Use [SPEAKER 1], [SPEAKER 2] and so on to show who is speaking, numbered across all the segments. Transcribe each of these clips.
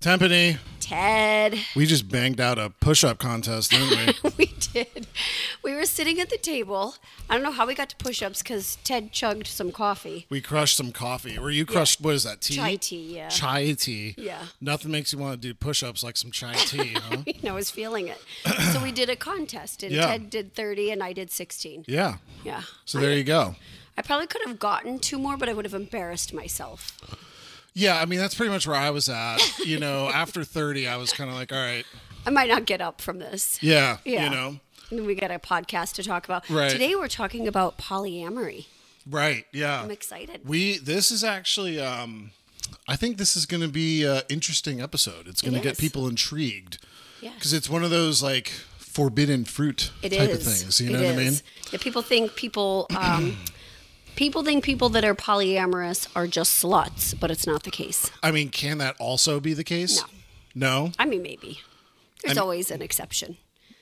[SPEAKER 1] Tempany,
[SPEAKER 2] Ted.
[SPEAKER 1] we just banged out a push-up contest, didn't we?
[SPEAKER 2] we did. We were sitting at the table. I don't know how we got to push ups because Ted chugged some coffee.
[SPEAKER 1] we crushed some coffee, or you crushed what is that tea?
[SPEAKER 2] Chai tea, yeah.
[SPEAKER 1] Chai tea.
[SPEAKER 2] Yeah.
[SPEAKER 1] Nothing makes you want to do push-ups like some chai tea, huh?
[SPEAKER 2] You know, I was feeling it. so we did a contest, and
[SPEAKER 1] Yeah.
[SPEAKER 2] Ted did 30 and I did 16.
[SPEAKER 1] yeah.
[SPEAKER 2] Yeah.
[SPEAKER 1] So there you go.
[SPEAKER 2] I probably could have gotten two more, but I would have embarrassed myself.
[SPEAKER 1] Yeah, I mean that's pretty much where I was at. You know, after 30, I was kind of like, all right,
[SPEAKER 2] I might not get up from this.
[SPEAKER 1] yeah,
[SPEAKER 2] Yeah.
[SPEAKER 1] you know,
[SPEAKER 2] And then we got a podcast to talk about.
[SPEAKER 1] Right.
[SPEAKER 2] Today we're talking about polyamory.
[SPEAKER 1] right, yeah.
[SPEAKER 2] I'm excited.
[SPEAKER 1] We this is actually um I think this is going to be an interesting episode. It's going to
[SPEAKER 2] It
[SPEAKER 1] get
[SPEAKER 2] is.
[SPEAKER 1] people intrigued.
[SPEAKER 2] Yeah.
[SPEAKER 1] Cuz it's one of those like forbidden fruit
[SPEAKER 2] It is.
[SPEAKER 1] type of things, you know
[SPEAKER 2] It
[SPEAKER 1] what I mean?
[SPEAKER 2] is. Yeah, people think people um, people think people that are polyamorous are just sluts, but it's not the case.
[SPEAKER 1] I mean, can that also be the case? No.
[SPEAKER 2] I mean, maybe there's
[SPEAKER 1] I'm-
[SPEAKER 2] always an exception.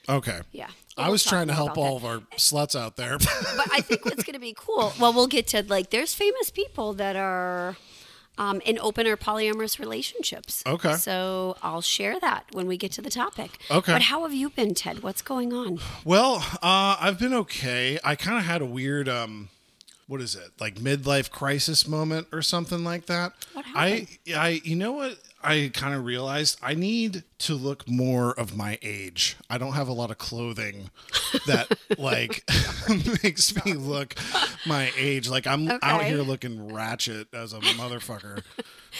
[SPEAKER 1] Okay.
[SPEAKER 2] Yeah.
[SPEAKER 1] I was
[SPEAKER 2] We'll
[SPEAKER 1] trying to
[SPEAKER 2] talk
[SPEAKER 1] help
[SPEAKER 2] about
[SPEAKER 1] all
[SPEAKER 2] that.
[SPEAKER 1] of our sluts out there.
[SPEAKER 2] But I think what's going to be cool. Well, we'll get to like there's famous people that are um, in open or polyamorous relationships.
[SPEAKER 1] Okay.
[SPEAKER 2] So I'll share that when we get to the topic.
[SPEAKER 1] Okay.
[SPEAKER 2] But how have you been, Ted? What's going on?
[SPEAKER 1] Well, uh, I've been okay. I kind of had a weird, um, what is it, like midlife crisis moment or something like that.
[SPEAKER 2] What
[SPEAKER 1] I, I, you know what? I kind of realized I need to look more of my age. I don't have a lot of clothing that like makes me look my age. Like I'm out
[SPEAKER 2] Okay.
[SPEAKER 1] here looking ratchet as a motherfucker.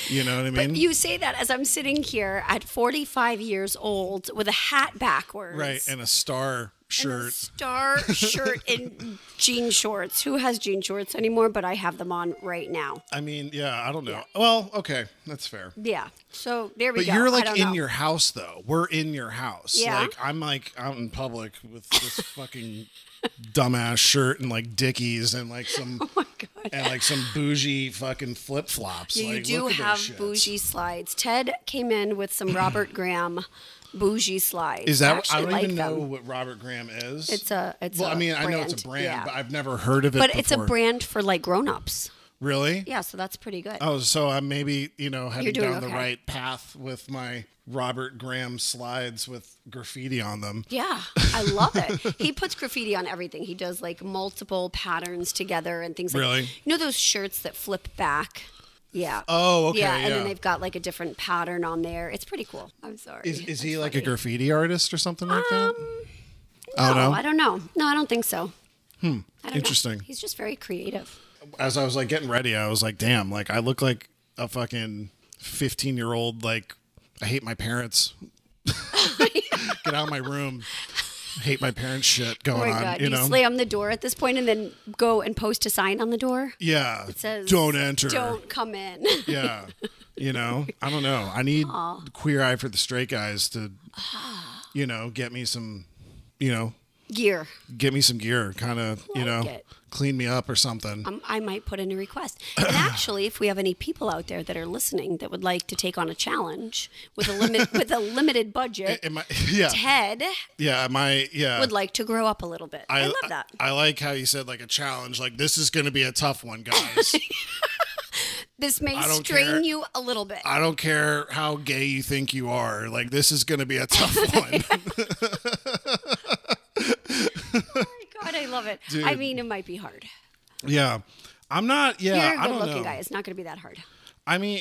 [SPEAKER 1] You know what I mean?
[SPEAKER 2] You say that as I'm sitting here at 45 years old with a hat backwards.
[SPEAKER 1] right, and a star
[SPEAKER 2] and a
[SPEAKER 1] shirt.
[SPEAKER 2] Star shirt and jean shorts. Who has jean shorts anymore? But I have them on right now.
[SPEAKER 1] I mean, yeah, I don't know. Well, okay, that's fair.
[SPEAKER 2] Yeah. So there we
[SPEAKER 1] But
[SPEAKER 2] go.
[SPEAKER 1] you're
[SPEAKER 2] I
[SPEAKER 1] like
[SPEAKER 2] don't
[SPEAKER 1] in
[SPEAKER 2] know.
[SPEAKER 1] your house though. We're in your house.
[SPEAKER 2] Yeah.
[SPEAKER 1] Like I'm like out in public with this fucking dumbass shirt and like Dickies and like some
[SPEAKER 2] Oh my God.
[SPEAKER 1] and like some bougie fucking flip flops.
[SPEAKER 2] You
[SPEAKER 1] like,
[SPEAKER 2] do
[SPEAKER 1] look at those
[SPEAKER 2] have
[SPEAKER 1] shits.
[SPEAKER 2] bougie slides. Ted came in with some Robert Graham bougie slides.
[SPEAKER 1] Is that
[SPEAKER 2] actually
[SPEAKER 1] I don't
[SPEAKER 2] like
[SPEAKER 1] even know
[SPEAKER 2] them.
[SPEAKER 1] what Robert Graham is.
[SPEAKER 2] It's a it's
[SPEAKER 1] well,
[SPEAKER 2] I
[SPEAKER 1] I mean, I know it's a brand, but I've never heard of it.
[SPEAKER 2] but it's a
[SPEAKER 1] before.
[SPEAKER 2] brand for like grown-ups.
[SPEAKER 1] Really?
[SPEAKER 2] Yeah, so that's pretty good.
[SPEAKER 1] Oh, so I'm maybe you know heading
[SPEAKER 2] doing
[SPEAKER 1] down the
[SPEAKER 2] okay.
[SPEAKER 1] right path with my Robert Graham slides with graffiti on them.
[SPEAKER 2] Yeah, I love it. he puts graffiti on everything. He does like multiple patterns together and things like
[SPEAKER 1] Really?
[SPEAKER 2] You know those shirts that flip back? Yeah.
[SPEAKER 1] Oh, okay,
[SPEAKER 2] Yeah,
[SPEAKER 1] yeah.
[SPEAKER 2] and then they've got like a different pattern on there. It's pretty cool. I'm sorry.
[SPEAKER 1] Is, is
[SPEAKER 2] That's
[SPEAKER 1] he like a
[SPEAKER 2] funny. Um,
[SPEAKER 1] graffiti artist or something like that?
[SPEAKER 2] No,
[SPEAKER 1] I don't know.
[SPEAKER 2] I don't know. No, I don't think so. Hmm.
[SPEAKER 1] Interesting.
[SPEAKER 2] He's just very creative.
[SPEAKER 1] As I was like getting ready, I was like, damn, like I look like a fucking 15 year old, like, I hate my parents. Get out of my room. Hate my parents shit
[SPEAKER 2] Oh
[SPEAKER 1] going
[SPEAKER 2] my
[SPEAKER 1] on,
[SPEAKER 2] god!
[SPEAKER 1] you
[SPEAKER 2] Do
[SPEAKER 1] know?
[SPEAKER 2] you slam the door at this point and then go and post a sign on the door?
[SPEAKER 1] yeah.
[SPEAKER 2] It says,
[SPEAKER 1] don't enter.
[SPEAKER 2] Don't come in.
[SPEAKER 1] Yeah. You know, I don't know. I need Queer Eye for the Straight Guys to, you know, get me some, you know,
[SPEAKER 2] Gear.
[SPEAKER 1] get me some gear, kind of, you know,
[SPEAKER 2] Like it.
[SPEAKER 1] clean me up or something.
[SPEAKER 2] um, I might put in a request. And actually, if we have any people out there that are listening that would like to take on a challenge with a limit with a limited budget,
[SPEAKER 1] Am I, yeah.
[SPEAKER 2] Ted
[SPEAKER 1] Yeah. My, yeah.
[SPEAKER 2] would like to grow up a little bit. I, love that.
[SPEAKER 1] I, like how you said like a challenge. Like this is going to be a tough one, guys.
[SPEAKER 2] This may
[SPEAKER 1] I don't
[SPEAKER 2] strain
[SPEAKER 1] care.
[SPEAKER 2] you a little bit.
[SPEAKER 1] I don't care how gay you think you are. Like this is going to be a tough one.
[SPEAKER 2] Oh my God, I love it. I mean, it might be hard.
[SPEAKER 1] yeah, I'm not. Yeah,
[SPEAKER 2] You're a
[SPEAKER 1] I
[SPEAKER 2] good
[SPEAKER 1] don't
[SPEAKER 2] looking
[SPEAKER 1] know.
[SPEAKER 2] guy. It's not going to be that hard.
[SPEAKER 1] I mean,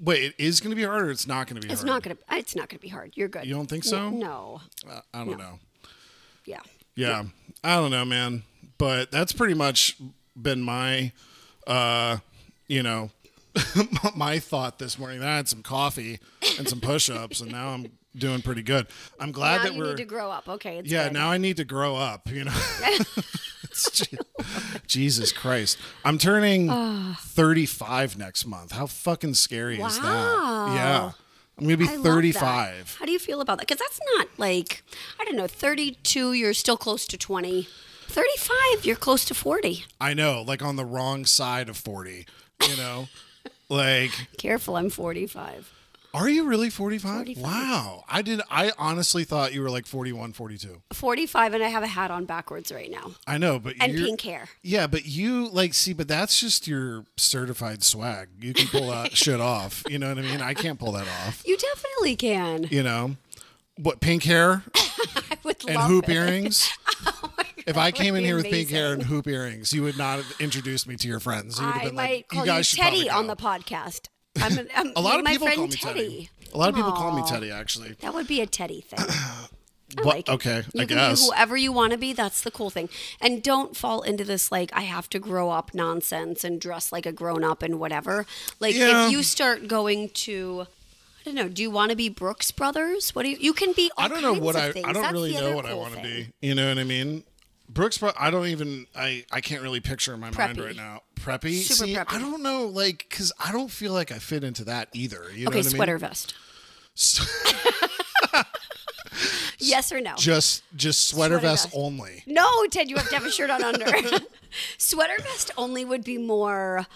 [SPEAKER 1] wait, it is going to be hard, or it's not going to be
[SPEAKER 2] It's
[SPEAKER 1] hard.
[SPEAKER 2] not going to. It's not going to be hard. You're good.
[SPEAKER 1] You don't think
[SPEAKER 2] N-
[SPEAKER 1] so?
[SPEAKER 2] No.
[SPEAKER 1] Uh, I don't know.
[SPEAKER 2] Yeah.
[SPEAKER 1] Yeah, I don't know, man. But that's pretty much been my, uh, you know, my thought this morning. Then I had some coffee and some push-ups, and now I'm doing pretty good. I'm glad
[SPEAKER 2] Now
[SPEAKER 1] that
[SPEAKER 2] you
[SPEAKER 1] we're
[SPEAKER 2] need to grow up. Okay. It's
[SPEAKER 1] Yeah,
[SPEAKER 2] good.
[SPEAKER 1] now I need to grow up, you know. It's Je- Jesus Christ. I'm turning
[SPEAKER 2] Ah.
[SPEAKER 1] 35 next month. How fucking scary is that?
[SPEAKER 2] Wow.
[SPEAKER 1] Yeah. I'm going to be
[SPEAKER 2] I love that.
[SPEAKER 1] 35.
[SPEAKER 2] How do you feel about that? Because that's not like, I don't know, 32, you're still close to 20. 35, you're close to 40.
[SPEAKER 1] I know, like on the wrong side of 40, you know. like
[SPEAKER 2] Careful, I'm 45.
[SPEAKER 1] Are you really 45?
[SPEAKER 2] 45.
[SPEAKER 1] Wow. I did I honestly thought you were like 41, 42.
[SPEAKER 2] 45 and I have a hat on backwards right now
[SPEAKER 1] I know, but
[SPEAKER 2] and
[SPEAKER 1] you're,
[SPEAKER 2] pink hair.
[SPEAKER 1] Yeah, but you like see, but that's just your certified swag. You can pull that shit off. You know what I mean? I can't pull that off.
[SPEAKER 2] You definitely can.
[SPEAKER 1] You know, what pink hair
[SPEAKER 2] I would
[SPEAKER 1] and
[SPEAKER 2] love
[SPEAKER 1] hoop
[SPEAKER 2] it. Oh
[SPEAKER 1] earrings. if I came
[SPEAKER 2] would
[SPEAKER 1] in
[SPEAKER 2] be
[SPEAKER 1] here with pink hair and
[SPEAKER 2] amazing.
[SPEAKER 1] hoop earrings, you would not have introduced me to your friends. You would have
[SPEAKER 2] I
[SPEAKER 1] been
[SPEAKER 2] might
[SPEAKER 1] like,
[SPEAKER 2] call
[SPEAKER 1] you
[SPEAKER 2] you,
[SPEAKER 1] guys should probably
[SPEAKER 2] Teddy
[SPEAKER 1] go."
[SPEAKER 2] on the podcast. I'm, an- I'm,
[SPEAKER 1] A lot of
[SPEAKER 2] my
[SPEAKER 1] people
[SPEAKER 2] friend
[SPEAKER 1] call me Teddy. A lot of people call me Teddy actually.
[SPEAKER 2] That would be a Teddy thing. I
[SPEAKER 1] What-
[SPEAKER 2] like it.
[SPEAKER 1] okay,
[SPEAKER 2] You
[SPEAKER 1] I
[SPEAKER 2] can
[SPEAKER 1] guess.
[SPEAKER 2] be whoever you want to be. That's the cool thing. And don't fall into this like I have to grow up nonsense and dress like a grown up and whatever. Like
[SPEAKER 1] Yeah.
[SPEAKER 2] if you start going to, I don't know. Do you want to be Brooks Brothers? What do you? You can be. All
[SPEAKER 1] I don't know
[SPEAKER 2] kinds
[SPEAKER 1] what
[SPEAKER 2] of
[SPEAKER 1] I.
[SPEAKER 2] Things.
[SPEAKER 1] I don't
[SPEAKER 2] That's
[SPEAKER 1] really
[SPEAKER 2] the
[SPEAKER 1] know
[SPEAKER 2] other
[SPEAKER 1] what I
[SPEAKER 2] cool
[SPEAKER 1] want to
[SPEAKER 2] thing.
[SPEAKER 1] be. You know what I mean? Brooks, Bro- I don't even. I I can't really picture in my mind
[SPEAKER 2] Preppy.
[SPEAKER 1] right now. Preppy.
[SPEAKER 2] Super
[SPEAKER 1] See, I
[SPEAKER 2] preppy.
[SPEAKER 1] don't know, like, because I don't feel like I fit into that either. You know
[SPEAKER 2] Okay,
[SPEAKER 1] what I mean?
[SPEAKER 2] sweater vest. yes or no?
[SPEAKER 1] just just sweater,
[SPEAKER 2] Sweater
[SPEAKER 1] vest,
[SPEAKER 2] vest.
[SPEAKER 1] only.
[SPEAKER 2] No, Ted, you have to have a shirt on under. Sweater vest only would be more,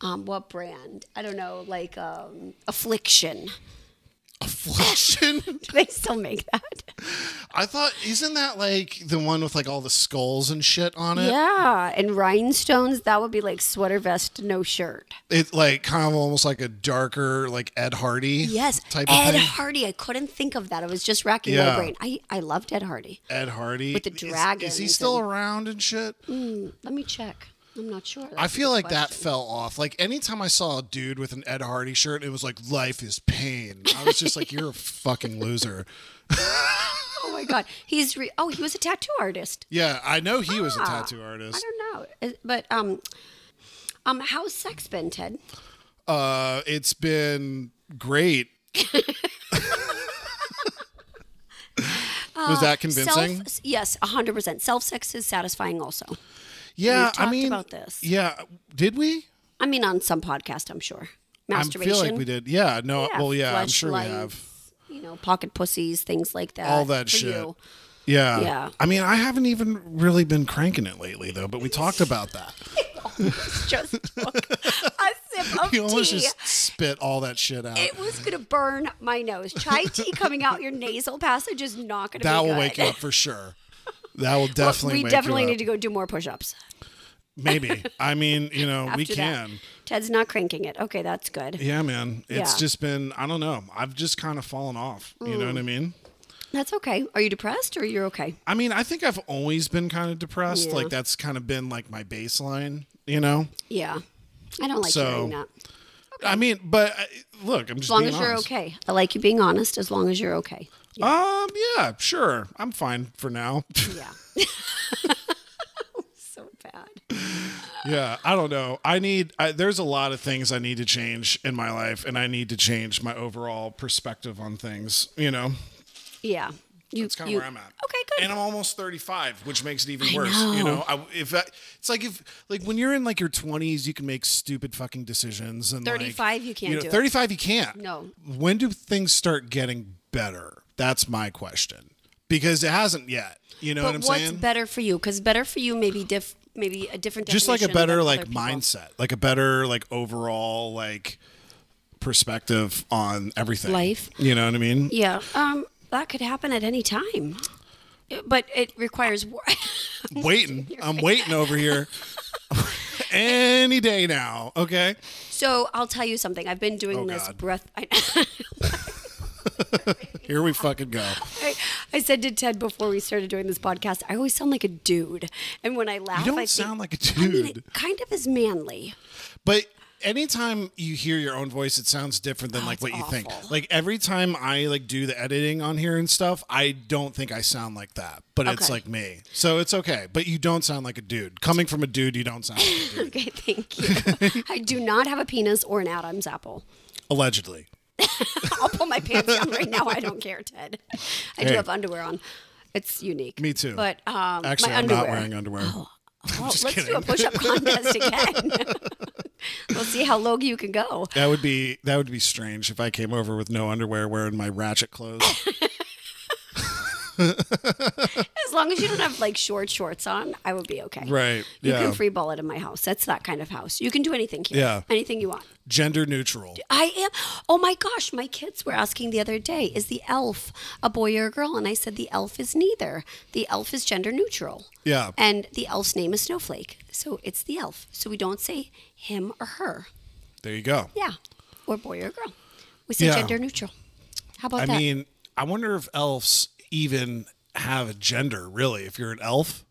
[SPEAKER 2] um, what brand? I don't know, like um, Affliction.
[SPEAKER 1] Affliction.
[SPEAKER 2] Do they still make that?
[SPEAKER 1] I thought isn't that like the one with like all the skulls and shit on it?
[SPEAKER 2] Yeah, and rhinestones, that would be like sweater vest, no shirt.
[SPEAKER 1] It's like kind of almost like a darker like Ed Hardy.
[SPEAKER 2] Yes,
[SPEAKER 1] Type of
[SPEAKER 2] Ed
[SPEAKER 1] thing.
[SPEAKER 2] Hardy. I couldn't think of that. I was just racking
[SPEAKER 1] Yeah.
[SPEAKER 2] my brain. I, I loved Ed Hardy.
[SPEAKER 1] Ed Hardy
[SPEAKER 2] With the
[SPEAKER 1] Is- Is, he
[SPEAKER 2] dragons
[SPEAKER 1] still
[SPEAKER 2] and-
[SPEAKER 1] around and shit?
[SPEAKER 2] Let me check. I'm not sure.
[SPEAKER 1] I
[SPEAKER 2] That's a
[SPEAKER 1] feel
[SPEAKER 2] good
[SPEAKER 1] like that
[SPEAKER 2] question.
[SPEAKER 1] fell off. Like anytime I saw a dude with an Ed Hardy shirt, it was like life is pain. I was just like, you're a fucking loser.
[SPEAKER 2] Oh my God. He's re- oh, he was a tattoo artist.
[SPEAKER 1] Yeah, I know he was a
[SPEAKER 2] Ah,
[SPEAKER 1] tattoo
[SPEAKER 2] I
[SPEAKER 1] artist.
[SPEAKER 2] don't know, Is- but um, um, how's sex been, Ted?
[SPEAKER 1] Uh, it's been great. was that convincing?
[SPEAKER 2] Uh, Self, yes, hundred percent. Self sex is satisfying. Also,
[SPEAKER 1] yeah,
[SPEAKER 2] we've
[SPEAKER 1] I
[SPEAKER 2] talked
[SPEAKER 1] mean,
[SPEAKER 2] about this.
[SPEAKER 1] yeah, did we?
[SPEAKER 2] I mean, on some podcast, I'm sure.
[SPEAKER 1] I
[SPEAKER 2] Masturbation.
[SPEAKER 1] feel like we did. Yeah, no, well, yeah, I'm sure we
[SPEAKER 2] fleshlights,
[SPEAKER 1] have.
[SPEAKER 2] You know, pocket pussies, things like that.
[SPEAKER 1] All that
[SPEAKER 2] for
[SPEAKER 1] shit.
[SPEAKER 2] you.
[SPEAKER 1] Yeah.
[SPEAKER 2] Yeah.
[SPEAKER 1] I mean, I haven't even really been cranking it lately, though, but we talked about that.
[SPEAKER 2] Just took a sip of
[SPEAKER 1] You almost
[SPEAKER 2] tea.
[SPEAKER 1] just spit all that shit out.
[SPEAKER 2] It was gonna burn my nose. Chai tea coming out your nasal passage is not gonna.
[SPEAKER 1] that
[SPEAKER 2] be
[SPEAKER 1] will
[SPEAKER 2] good.
[SPEAKER 1] wake you up for sure. That will definitely
[SPEAKER 2] We
[SPEAKER 1] wake
[SPEAKER 2] definitely
[SPEAKER 1] you
[SPEAKER 2] need
[SPEAKER 1] up.
[SPEAKER 2] to go do more push-ups.
[SPEAKER 1] Maybe. I mean, you know, we
[SPEAKER 2] after that.
[SPEAKER 1] can.
[SPEAKER 2] Ted's not cranking it. Okay, that's good.
[SPEAKER 1] Yeah, man. It's
[SPEAKER 2] Yeah.
[SPEAKER 1] just been, I don't know. I've just kind of fallen off. You know what I
[SPEAKER 2] Mm.
[SPEAKER 1] mean?
[SPEAKER 2] That's okay. Are you depressed or you're okay?
[SPEAKER 1] I mean, I think I've always been kind of depressed.
[SPEAKER 2] Yeah.
[SPEAKER 1] Like, that's kind of been like my baseline, you know?
[SPEAKER 2] Yeah. I don't like
[SPEAKER 1] So,
[SPEAKER 2] hearing that.
[SPEAKER 1] I mean, but I, look, I'm just
[SPEAKER 2] As long
[SPEAKER 1] being
[SPEAKER 2] as you're
[SPEAKER 1] honest.
[SPEAKER 2] okay. I like you being honest as long as you're okay.
[SPEAKER 1] Um, yeah, sure. I'm fine for now.
[SPEAKER 2] Yeah. so bad.
[SPEAKER 1] yeah, I don't know. I need I, there's a lot of things I need to change in my life and I need to change my overall perspective on things, you know.
[SPEAKER 2] Yeah. You,
[SPEAKER 1] That's kind of
[SPEAKER 2] you-
[SPEAKER 1] where I'm at.
[SPEAKER 2] Okay, good.
[SPEAKER 1] And I'm almost 35, which makes it even worse. You know, I, if I, it's like if like when you're in like your 20s, you can make stupid fucking decisions. And like,
[SPEAKER 2] 35, you can't
[SPEAKER 1] know,
[SPEAKER 2] do it.
[SPEAKER 1] 35, you can't.
[SPEAKER 2] No.
[SPEAKER 1] When do things start getting better? That's my question because it hasn't yet. You know
[SPEAKER 2] but
[SPEAKER 1] what I'm
[SPEAKER 2] what's
[SPEAKER 1] saying?
[SPEAKER 2] better for you? Because better for you may be diff, maybe a different
[SPEAKER 1] Just like a
[SPEAKER 2] definition
[SPEAKER 1] better
[SPEAKER 2] than
[SPEAKER 1] like
[SPEAKER 2] other people.
[SPEAKER 1] mindset, like a better like overall like perspective on everything.
[SPEAKER 2] Life.
[SPEAKER 1] You know what I mean?
[SPEAKER 2] Yeah. Um, that could happen at any time. It- But it requires work.
[SPEAKER 1] waiting. I'm waiting over here. Any day now, okay?
[SPEAKER 2] so I'll tell you something. I've been doing
[SPEAKER 1] Oh,
[SPEAKER 2] this
[SPEAKER 1] God.
[SPEAKER 2] breath. I,
[SPEAKER 1] Here we fucking go.
[SPEAKER 2] I, I said to Ted before we started doing this podcast, I always sound like a dude. And when I laugh,
[SPEAKER 1] You don't
[SPEAKER 2] I
[SPEAKER 1] sound like a
[SPEAKER 2] think, I mean,
[SPEAKER 1] dude.
[SPEAKER 2] it kind of is manly.
[SPEAKER 1] But anytime you hear your own voice, it sounds different than like
[SPEAKER 2] Oh,
[SPEAKER 1] what
[SPEAKER 2] it's
[SPEAKER 1] you think.
[SPEAKER 2] awful.
[SPEAKER 1] Like every time I like do the editing on here and stuff, I don't think I sound like that. But it's
[SPEAKER 2] Okay.
[SPEAKER 1] like me. So it's okay. But you don't sound like a dude. Coming from a dude, you don't sound like a dude.
[SPEAKER 2] Okay, thank you. I do not have a penis or an Adam's apple.
[SPEAKER 1] Allegedly.
[SPEAKER 2] I'll pull my pants down right now. I don't care, Ted. I do
[SPEAKER 1] Hey.
[SPEAKER 2] have underwear on. It's unique.
[SPEAKER 1] Me too.
[SPEAKER 2] But um,
[SPEAKER 1] Actually,
[SPEAKER 2] my
[SPEAKER 1] I'm
[SPEAKER 2] underwear. Oh.
[SPEAKER 1] not wearing underwear.
[SPEAKER 2] Well,
[SPEAKER 1] just
[SPEAKER 2] let's do
[SPEAKER 1] kidding.
[SPEAKER 2] a push-up contest again. we'll see how low you can go.
[SPEAKER 1] That would be that would be strange if I came over with no underwear wearing my ratchet clothes.
[SPEAKER 2] As long as you don't have like short shorts on, I would be okay.
[SPEAKER 1] Right.
[SPEAKER 2] You
[SPEAKER 1] yeah.
[SPEAKER 2] can free ball it in my house. That's that kind of house. You can do anything here.
[SPEAKER 1] Yeah.
[SPEAKER 2] Anything you want.
[SPEAKER 1] Gender neutral.
[SPEAKER 2] I am. Oh my gosh, my kids were asking the other day, is the elf a boy or a girl? And I said, the elf is neither. The elf is gender neutral.
[SPEAKER 1] Yeah.
[SPEAKER 2] And the elf's name is Snowflake. So it's the elf. So we don't say him or her.
[SPEAKER 1] There you go.
[SPEAKER 2] Yeah. Or boy or girl. We say
[SPEAKER 1] Yeah.
[SPEAKER 2] gender neutral. How about
[SPEAKER 1] I
[SPEAKER 2] that?
[SPEAKER 1] mean, I wonder if elves even have a gender, really. If you're an elf,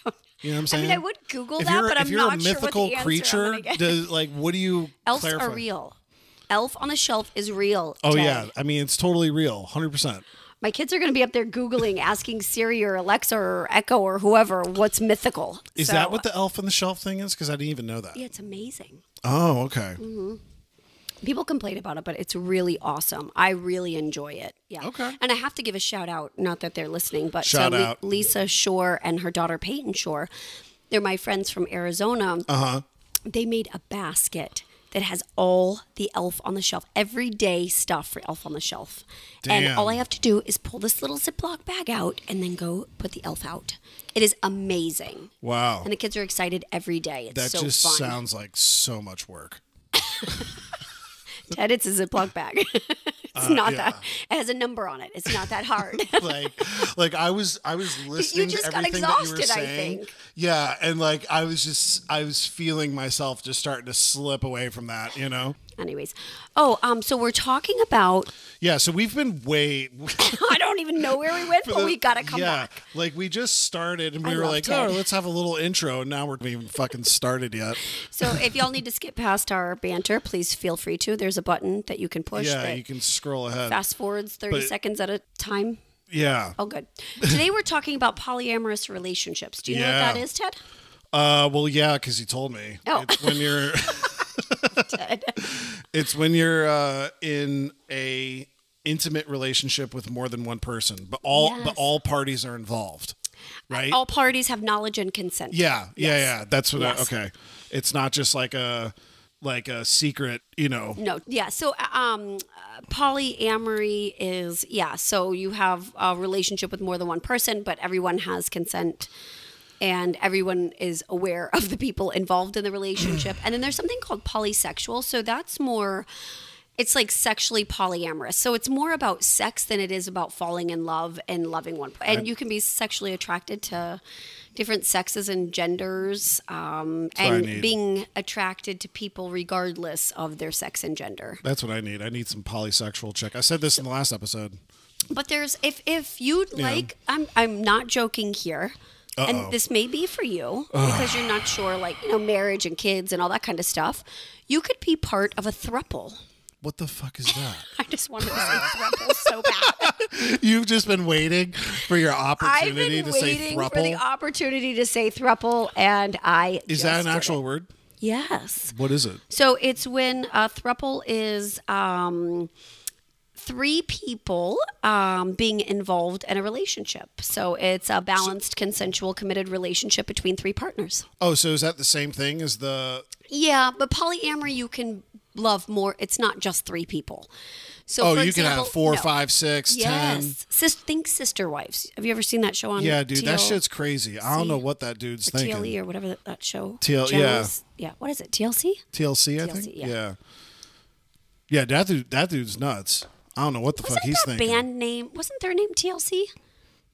[SPEAKER 1] you know what I'm
[SPEAKER 2] I
[SPEAKER 1] saying?
[SPEAKER 2] mean, I would Google
[SPEAKER 1] If
[SPEAKER 2] that,
[SPEAKER 1] you're,
[SPEAKER 2] but
[SPEAKER 1] if
[SPEAKER 2] I'm
[SPEAKER 1] you're
[SPEAKER 2] not
[SPEAKER 1] a
[SPEAKER 2] sure
[SPEAKER 1] mythical
[SPEAKER 2] what the answer I'm
[SPEAKER 1] creature,
[SPEAKER 2] gonna get.
[SPEAKER 1] does, like, what do you
[SPEAKER 2] Elves
[SPEAKER 1] clarify?
[SPEAKER 2] are real. Elf on the shelf is real.
[SPEAKER 1] Oh
[SPEAKER 2] Ted.
[SPEAKER 1] yeah, I mean it's totally real, hundred percent.
[SPEAKER 2] My kids are going to be up there Googling, asking Siri or Alexa or Echo or whoever what's mythical.
[SPEAKER 1] Is
[SPEAKER 2] So- uh,
[SPEAKER 1] that what the elf on the shelf thing is? Because I didn't even know that.
[SPEAKER 2] Yeah, Mm. it's amazing.
[SPEAKER 1] Oh, okay.
[SPEAKER 2] People complain about it, but it's really awesome. I really enjoy it. Yeah.
[SPEAKER 1] Okay.
[SPEAKER 2] And I have to give a shout out, not that they're listening, but
[SPEAKER 1] Shout
[SPEAKER 2] so Li-
[SPEAKER 1] out.
[SPEAKER 2] Lisa Shore and her daughter Peyton Shore. They're my friends from Arizona.
[SPEAKER 1] Uh huh.
[SPEAKER 2] they made a basket that has all the elf on the shelf everyday stuff for elf on the shelf
[SPEAKER 1] Damn.
[SPEAKER 2] and all i have to do is pull this little ziploc bag out and then go put the elf out it is amazing
[SPEAKER 1] Wow.
[SPEAKER 2] and the kids are excited every day it's
[SPEAKER 1] That
[SPEAKER 2] so
[SPEAKER 1] just
[SPEAKER 2] fun
[SPEAKER 1] sounds like so much work.
[SPEAKER 2] ted it's a ziploc bag it's not
[SPEAKER 1] Uh, yeah.
[SPEAKER 2] that it has a number on it it's not that hard
[SPEAKER 1] like like I was I was listening
[SPEAKER 2] just
[SPEAKER 1] to
[SPEAKER 2] got
[SPEAKER 1] everything that you were
[SPEAKER 2] exhausted, I
[SPEAKER 1] saying.
[SPEAKER 2] think.
[SPEAKER 1] Yeah, and like I was just I was feeling myself just starting to slip away from that, you know.
[SPEAKER 2] anyways oh um so we're talking about
[SPEAKER 1] Yeah, so we've been way
[SPEAKER 2] i don't even know where we went but we gotta come
[SPEAKER 1] yeah,
[SPEAKER 2] back
[SPEAKER 1] like we just started and we
[SPEAKER 2] I
[SPEAKER 1] were
[SPEAKER 2] love
[SPEAKER 1] like,
[SPEAKER 2] Ted.
[SPEAKER 1] "Oh, let's have a little intro." And now we're not even fucking started yet.
[SPEAKER 2] so if y'all need to skip past our banter please feel free to there's a button that you can push
[SPEAKER 1] Yeah,
[SPEAKER 2] that
[SPEAKER 1] you can scroll ahead.
[SPEAKER 2] fast forwards 30
[SPEAKER 1] But-
[SPEAKER 2] seconds at a time.
[SPEAKER 1] Yeah.
[SPEAKER 2] Oh, good. Today we're talking about polyamorous relationships. Do you know
[SPEAKER 1] Yeah.
[SPEAKER 2] what that is, Ted?
[SPEAKER 1] Uh, well, yeah, because you told me.
[SPEAKER 2] Oh.
[SPEAKER 1] It's when you're. it's when you're uh, in a intimate relationship with more than one person, but all but
[SPEAKER 2] Yes.
[SPEAKER 1] all parties are involved, right?
[SPEAKER 2] All parties have knowledge and consent.
[SPEAKER 1] yeah, yeah, yeah. That's what. I,
[SPEAKER 2] Yes.
[SPEAKER 1] okay, it's not just like a like a secret, you know.
[SPEAKER 2] No, yeah. So, um, uh, polyamory is yeah. So you have a relationship with more than one person, but everyone has consent, and everyone is aware of the people involved in the relationship. and then there's something called polysexual. So that's more. It's like sexually polyamorous. So it's more about sex than it is about falling in love and loving one. per- And you can be sexually attracted to different sexes and genders um,
[SPEAKER 1] what I
[SPEAKER 2] and
[SPEAKER 1] need.
[SPEAKER 2] being being attracted to people regardless of their sex and gender.
[SPEAKER 1] That's what I need. I need some polysexual chick. I said this in the last episode.
[SPEAKER 2] But there's if if you'd like I'm I'm not joking here.
[SPEAKER 1] Uh-oh.
[SPEAKER 2] And this may be for you because you're not sure like, you know, marriage and kids and all that kind of stuff. You could be part of a thruple.
[SPEAKER 1] What the fuck is that?
[SPEAKER 2] I just wanted to say thruple so bad.
[SPEAKER 1] You've just been waiting for your
[SPEAKER 2] I've
[SPEAKER 1] opportunity
[SPEAKER 2] been
[SPEAKER 1] to say
[SPEAKER 2] waiting for
[SPEAKER 1] thruple.
[SPEAKER 2] the opportunity to say thruple and I
[SPEAKER 1] is
[SPEAKER 2] just
[SPEAKER 1] that an
[SPEAKER 2] did
[SPEAKER 1] actual
[SPEAKER 2] it.
[SPEAKER 1] word?
[SPEAKER 2] Yes.
[SPEAKER 1] What is it?
[SPEAKER 2] So it's when a thruple is um, three people um, being involved in a relationship. So it's a balanced, consensual, committed relationship between three partners.
[SPEAKER 1] Oh, so is that the same thing as the
[SPEAKER 2] Yeah, but polyamory you can love more. It's not just three people. So
[SPEAKER 1] Oh,
[SPEAKER 2] for
[SPEAKER 1] you can
[SPEAKER 2] example-
[SPEAKER 1] have four,
[SPEAKER 2] no.
[SPEAKER 1] five, six, ten.
[SPEAKER 2] Yes, Sis, think sister wives. Have you ever seen that show on?
[SPEAKER 1] Yeah, dude, that
[SPEAKER 2] TL
[SPEAKER 1] shit's crazy. I don't know what that dude's thinking.
[SPEAKER 2] TLE E or whatever that, that show.
[SPEAKER 1] TL yeah.
[SPEAKER 2] channels- yeah. What is it? TLC.
[SPEAKER 1] TLC, I think.
[SPEAKER 2] TLC, yeah.
[SPEAKER 1] yeah. Yeah, that dude that dude's nuts. I don't know what the fuck
[SPEAKER 2] Wasn't
[SPEAKER 1] he's
[SPEAKER 2] their
[SPEAKER 1] thinking.
[SPEAKER 2] band name? Wasn't their name TLC?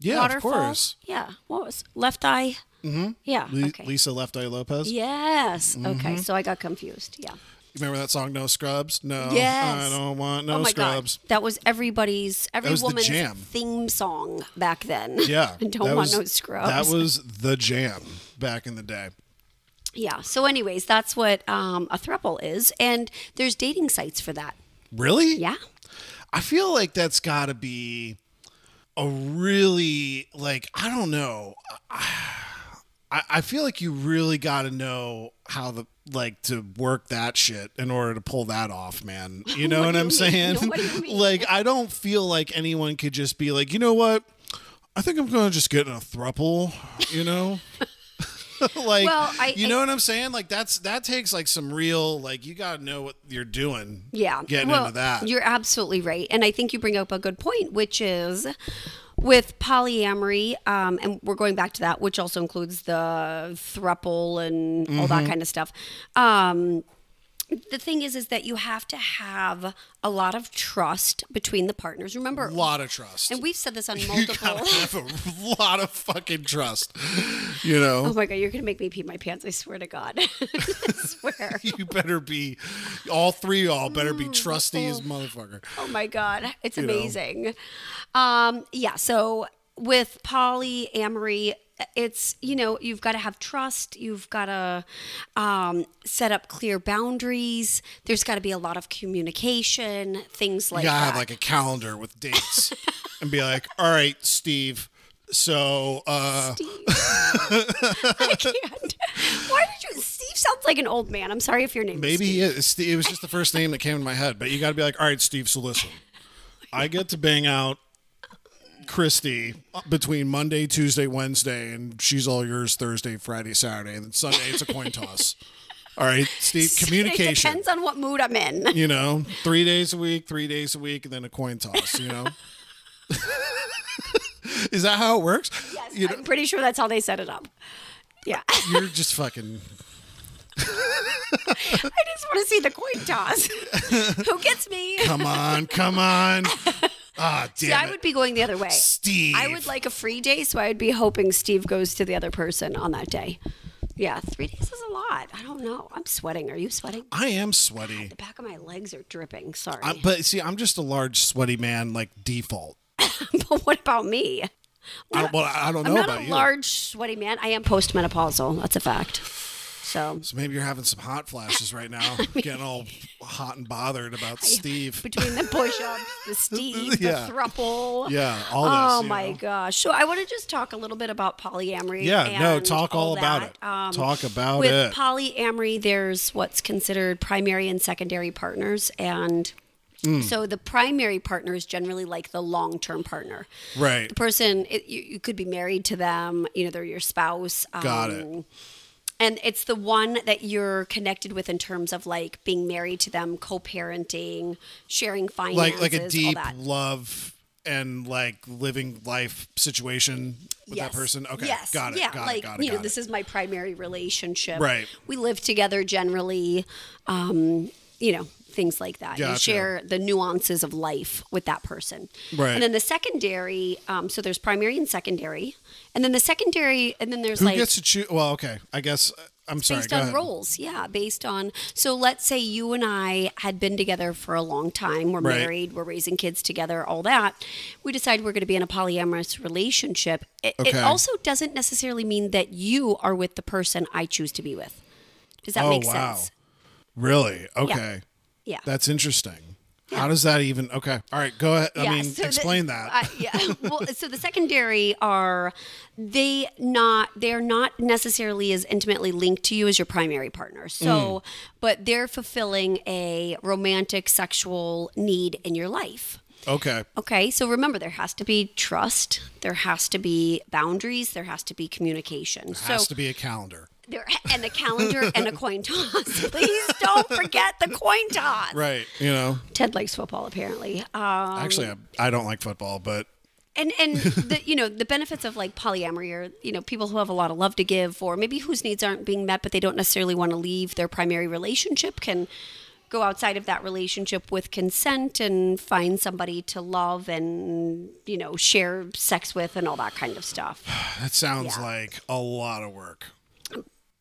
[SPEAKER 1] yeah,
[SPEAKER 2] Waterfall.
[SPEAKER 1] of course.
[SPEAKER 2] Yeah. What was Left Eye? Mm-hmm. Yeah.
[SPEAKER 1] Le- Mm-hmm.
[SPEAKER 2] okay.
[SPEAKER 1] Lisa Left Eye Lopez.
[SPEAKER 2] Yes. Okay. So I got confused. Yeah.
[SPEAKER 1] Remember that song No Scrubs? No.
[SPEAKER 2] Yes.
[SPEAKER 1] I don't want no
[SPEAKER 2] oh my
[SPEAKER 1] scrubs.
[SPEAKER 2] god. That was everybody's every
[SPEAKER 1] was the
[SPEAKER 2] woman's
[SPEAKER 1] jam.
[SPEAKER 2] theme song back then.
[SPEAKER 1] Yeah.
[SPEAKER 2] I don't
[SPEAKER 1] that
[SPEAKER 2] want
[SPEAKER 1] was-
[SPEAKER 2] no scrubs.
[SPEAKER 1] That was the jam back in the day.
[SPEAKER 2] yeah. So anyways, that's what um, a throuple is and there's dating sites for that.
[SPEAKER 1] Really?
[SPEAKER 2] Yeah.
[SPEAKER 1] I feel like that's got to be a really like I don't know. I, I feel like you really got to know how the like to work that shit in order to pull that off, man. You know what, I'm saying?
[SPEAKER 2] What do you mean?
[SPEAKER 1] like I don't feel like anyone could just be like, you know what? I think I'm gonna just get in a thruple. You know? like
[SPEAKER 2] Well, I-
[SPEAKER 1] you
[SPEAKER 2] I-
[SPEAKER 1] know what I'm saying? Like that's that takes like some real like you gotta know what you're doing.
[SPEAKER 2] Yeah.
[SPEAKER 1] Getting
[SPEAKER 2] well,
[SPEAKER 1] into that.
[SPEAKER 2] You're absolutely right. And I think you bring up a good point, which is with polyamory, um, and we're going back to that, which also includes the thruple and all that
[SPEAKER 1] Mm-hmm.
[SPEAKER 2] kind of stuff. Um, the thing is, is that you have to have a lot of trust between the partners. Remember,
[SPEAKER 1] a lot of trust.
[SPEAKER 2] and we've said this on
[SPEAKER 1] you
[SPEAKER 2] multiple.
[SPEAKER 1] gotta have a lot of fucking trust. You know?
[SPEAKER 2] Oh my god, you're gonna make me pee my pants! I swear to God, I swear.
[SPEAKER 1] you better be all three of y'all better be trusty as motherfucker.
[SPEAKER 2] Oh my god, it's
[SPEAKER 1] know.
[SPEAKER 2] amazing. Um, yeah, so with polyamory, it's you know you've got to have trust. You've got to um, set up clear boundaries. There's got to be a lot of communication. Things like
[SPEAKER 1] You gotta
[SPEAKER 2] that.
[SPEAKER 1] have like a calendar with dates and be like, all right, Steve. So uh
[SPEAKER 2] I can't. Why did you? Steve sounds like an old man. I'm sorry if your name.
[SPEAKER 1] maybe he is. Ste- it was just the first name that came to my head, but you gotta be like, all right, Steve, so listen. I get to bang out Christy between Monday, Tuesday, Wednesday, and she's all yours Thursday, Friday, Saturday, and then Sunday it's a coin toss. All right, Steve,
[SPEAKER 2] is. It
[SPEAKER 1] communication.
[SPEAKER 2] depends on what mood I'm in.
[SPEAKER 1] you know, three days a week, three days a week, and then a coin toss, you know? Is that how it works?
[SPEAKER 2] Yes,
[SPEAKER 1] You
[SPEAKER 2] I'm pretty sure that's how they set it up. Yeah, I
[SPEAKER 1] You're just fucking.
[SPEAKER 2] just want to see the coin toss. Who gets me?
[SPEAKER 1] Come on, come on. Ah, damn
[SPEAKER 2] See, I
[SPEAKER 1] it.
[SPEAKER 2] would be going the other way.
[SPEAKER 1] Steve.
[SPEAKER 2] I would like a free day, so I would be hoping Steve goes to the other person on that day. Yeah, three days is a lot. I don't know. I'm sweating. Are you sweating?
[SPEAKER 1] I am sweaty,
[SPEAKER 2] The back of my legs are dripping. Sorry.
[SPEAKER 1] I, but see, I'm just a large sweaty man, like default.
[SPEAKER 2] but what about me?
[SPEAKER 1] I don't, well, I don't
[SPEAKER 2] I'm
[SPEAKER 1] know
[SPEAKER 2] not
[SPEAKER 1] about
[SPEAKER 2] a
[SPEAKER 1] you.
[SPEAKER 2] large, sweaty man. I am postmenopausal. That's a fact. So
[SPEAKER 1] so maybe you're having some hot flashes right now, getting all hot and bothered about Steve.
[SPEAKER 2] between the push ups, the Steve,
[SPEAKER 1] Yeah.
[SPEAKER 2] the thruple.
[SPEAKER 1] Yeah, all this.
[SPEAKER 2] Oh
[SPEAKER 1] you
[SPEAKER 2] my
[SPEAKER 1] know?
[SPEAKER 2] gosh! So I want to just talk a little bit about polyamory.
[SPEAKER 1] Yeah, no,
[SPEAKER 2] and
[SPEAKER 1] talk all, about
[SPEAKER 2] that. um,
[SPEAKER 1] it. talk about
[SPEAKER 2] with
[SPEAKER 1] it.
[SPEAKER 2] polyamory there's what's considered primary and secondary partners and
[SPEAKER 1] Hmm.
[SPEAKER 2] so the primary partner is generally like the long-term partner
[SPEAKER 1] right.
[SPEAKER 2] the person it, you, you could be married to them you know they're your spouse um,
[SPEAKER 1] Got it.
[SPEAKER 2] and it's the one that you're connected with in terms of like being married to them co-parenting sharing
[SPEAKER 1] like
[SPEAKER 2] finances
[SPEAKER 1] like a deep
[SPEAKER 2] all that
[SPEAKER 1] love and like living life situation with
[SPEAKER 2] yes.
[SPEAKER 1] that person. Okay,
[SPEAKER 2] Yes.
[SPEAKER 1] got it.
[SPEAKER 2] Yeah.
[SPEAKER 1] got
[SPEAKER 2] like
[SPEAKER 1] it. Got it.
[SPEAKER 2] you know,
[SPEAKER 1] got
[SPEAKER 2] this
[SPEAKER 1] it.
[SPEAKER 2] is my primary relationship.
[SPEAKER 1] Right.
[SPEAKER 2] We live together generally. Um, you know, things like that. You
[SPEAKER 1] Gotcha.
[SPEAKER 2] share the nuances of life with that person.
[SPEAKER 1] Right.
[SPEAKER 2] And then the secondary. Um, so there's primary and secondary, and then the secondary, and then there's
[SPEAKER 1] Who
[SPEAKER 2] like
[SPEAKER 1] gets to choose? Well, okay. I guess I'm sorry.
[SPEAKER 2] based
[SPEAKER 1] go
[SPEAKER 2] on
[SPEAKER 1] ahead.
[SPEAKER 2] roles yeah based on so let's say you and i had been together for a long time we're
[SPEAKER 1] Right.
[SPEAKER 2] married we're raising kids together all that we decide we're going to be in a polyamorous relationship it, it
[SPEAKER 1] Okay.
[SPEAKER 2] also doesn't necessarily mean that you are with the person i choose to be with does that
[SPEAKER 1] Oh
[SPEAKER 2] make
[SPEAKER 1] wow.
[SPEAKER 2] sense
[SPEAKER 1] Really? Okay.
[SPEAKER 2] yeah
[SPEAKER 1] That's interesting. How does that even? Okay. All right. Go ahead. I
[SPEAKER 2] Yeah,
[SPEAKER 1] mean,
[SPEAKER 2] so the-
[SPEAKER 1] explain that.
[SPEAKER 2] I- yeah. Well, so the secondary are they not they're not necessarily as intimately linked to you as your primary partner. So,
[SPEAKER 1] Mm.
[SPEAKER 2] but they're fulfilling a romantic sexual need in your life.
[SPEAKER 1] okay.
[SPEAKER 2] Okay, so remember there has to be trust, there has to be boundaries, there has to be communication.
[SPEAKER 1] Has
[SPEAKER 2] so
[SPEAKER 1] to be a calendar.
[SPEAKER 2] there and a calendar and a coin toss. Please don't forget the coin toss.
[SPEAKER 1] Right. You know.
[SPEAKER 2] Ted likes football apparently. Um,
[SPEAKER 1] Actually, I, I don't like football, but
[SPEAKER 2] and and the you know the benefits of like polyamory are you know people who have a lot of love to give or maybe whose needs aren't being met but they don't necessarily want to leave their primary relationship can go outside of that relationship with consent and find somebody to love and you know share sex with and all that kind of stuff
[SPEAKER 1] that sounds
[SPEAKER 2] Yeah.
[SPEAKER 1] like a lot of work.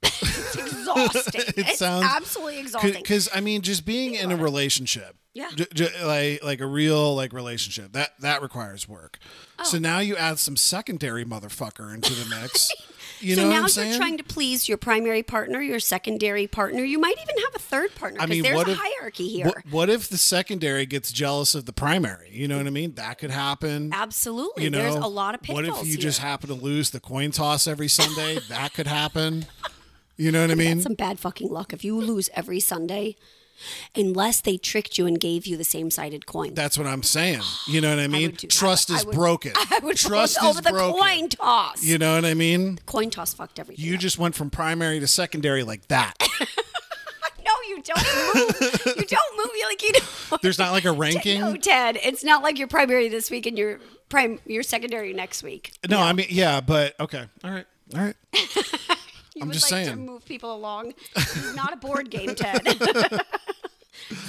[SPEAKER 2] it's exhausting it's
[SPEAKER 1] sounds-
[SPEAKER 2] absolutely exhausting
[SPEAKER 1] because I mean, just being in a relationship,
[SPEAKER 2] Yeah.
[SPEAKER 1] j- j- like like a real like relationship that that requires work.
[SPEAKER 2] Oh.
[SPEAKER 1] So now you add some secondary motherfucker into the mix. You
[SPEAKER 2] so
[SPEAKER 1] know
[SPEAKER 2] now
[SPEAKER 1] what I'm
[SPEAKER 2] you're
[SPEAKER 1] saying?
[SPEAKER 2] trying to please your primary partner, your secondary partner. You might even have a third partner
[SPEAKER 1] I
[SPEAKER 2] because
[SPEAKER 1] mean,
[SPEAKER 2] there's
[SPEAKER 1] what
[SPEAKER 2] a
[SPEAKER 1] if-
[SPEAKER 2] hierarchy here.
[SPEAKER 1] what, what if the secondary gets jealous of the primary? You know what I mean? That could happen.
[SPEAKER 2] Absolutely,
[SPEAKER 1] You know,
[SPEAKER 2] there's a lot of
[SPEAKER 1] What
[SPEAKER 2] pitfalls
[SPEAKER 1] if you
[SPEAKER 2] here.
[SPEAKER 1] just happen to lose the coin toss every Sunday? that could happen. You know what I mean?
[SPEAKER 2] That's some bad fucking luck. If you lose every Sunday, unless they tricked you and gave you the same sided coin.
[SPEAKER 1] That's what I'm saying. You know what I mean?
[SPEAKER 2] would do that.
[SPEAKER 1] Trust
[SPEAKER 2] I
[SPEAKER 1] is
[SPEAKER 2] would-
[SPEAKER 1] broken.
[SPEAKER 2] I would
[SPEAKER 1] Trust
[SPEAKER 2] vote
[SPEAKER 1] is
[SPEAKER 2] over "Oh, the
[SPEAKER 1] broken.
[SPEAKER 2] coin toss.
[SPEAKER 1] You know what I mean?
[SPEAKER 2] coin toss fucked everything.
[SPEAKER 1] You
[SPEAKER 2] up.
[SPEAKER 1] just went from primary to secondary like that.
[SPEAKER 2] no, you don't move. you don't move. You're like you don't.
[SPEAKER 1] There's not like a ranking.
[SPEAKER 2] No, Ted. It's not like your primary this week and your prime your secondary next week.
[SPEAKER 1] No, I mean, yeah, but okay. All right. All right.
[SPEAKER 2] You
[SPEAKER 1] I'm
[SPEAKER 2] would
[SPEAKER 1] just
[SPEAKER 2] like to
[SPEAKER 1] saying.
[SPEAKER 2] move people along. It's not a board game, Ted.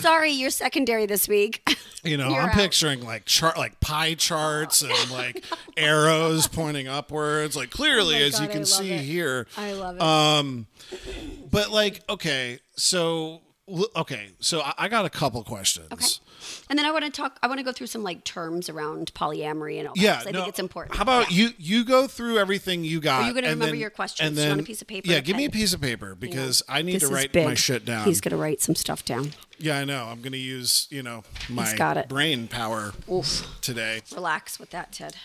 [SPEAKER 2] Sorry, you're secondary this week.
[SPEAKER 1] You know,
[SPEAKER 2] You're
[SPEAKER 1] I'm
[SPEAKER 2] out.
[SPEAKER 1] picturing like chart, like pie charts and like arrows pointing upwards. Like clearly,
[SPEAKER 2] Oh my
[SPEAKER 1] as you
[SPEAKER 2] God,
[SPEAKER 1] can
[SPEAKER 2] I love
[SPEAKER 1] see
[SPEAKER 2] it.
[SPEAKER 1] here. Um,
[SPEAKER 2] I love
[SPEAKER 1] Uh,
[SPEAKER 2] it.
[SPEAKER 1] But like, okay, so l- okay, so I, I got a couple questions.
[SPEAKER 2] okay. And then I want to talk. I want to go through some like terms around polyamory and all. that,
[SPEAKER 1] Yeah,
[SPEAKER 2] 'cause I
[SPEAKER 1] no,
[SPEAKER 2] think it's important.
[SPEAKER 1] How about you? You go through everything you got.
[SPEAKER 2] you gonna
[SPEAKER 1] and
[SPEAKER 2] remember
[SPEAKER 1] then-
[SPEAKER 2] your questions?
[SPEAKER 1] And
[SPEAKER 2] Do you
[SPEAKER 1] then,
[SPEAKER 2] want a piece of paper
[SPEAKER 1] Yeah,
[SPEAKER 2] and a
[SPEAKER 1] give me a
[SPEAKER 2] pen?
[SPEAKER 1] piece of paper because I need
[SPEAKER 2] This
[SPEAKER 1] to
[SPEAKER 2] is
[SPEAKER 1] write
[SPEAKER 2] big.
[SPEAKER 1] my shit down.
[SPEAKER 2] He's gonna write some stuff down.
[SPEAKER 1] yeah, I know. I'm gonna use you know my
[SPEAKER 2] got it.
[SPEAKER 1] brain power
[SPEAKER 2] Oof.
[SPEAKER 1] today.
[SPEAKER 2] relax with that, Ted.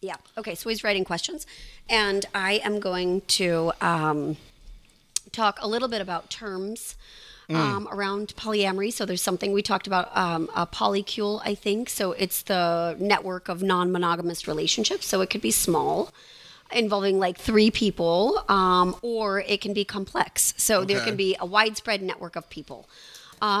[SPEAKER 2] Yeah. Okay. So he's writing questions, and I am going to um, talk a little bit about terms um, around polyamory. So there's something we talked about um, a polycule, I think. So it's the network of non-monogamous relationships. So it could be small. Involving like three people, um, or it can be complex. So there
[SPEAKER 1] Okay.
[SPEAKER 2] can be a widespread network of people.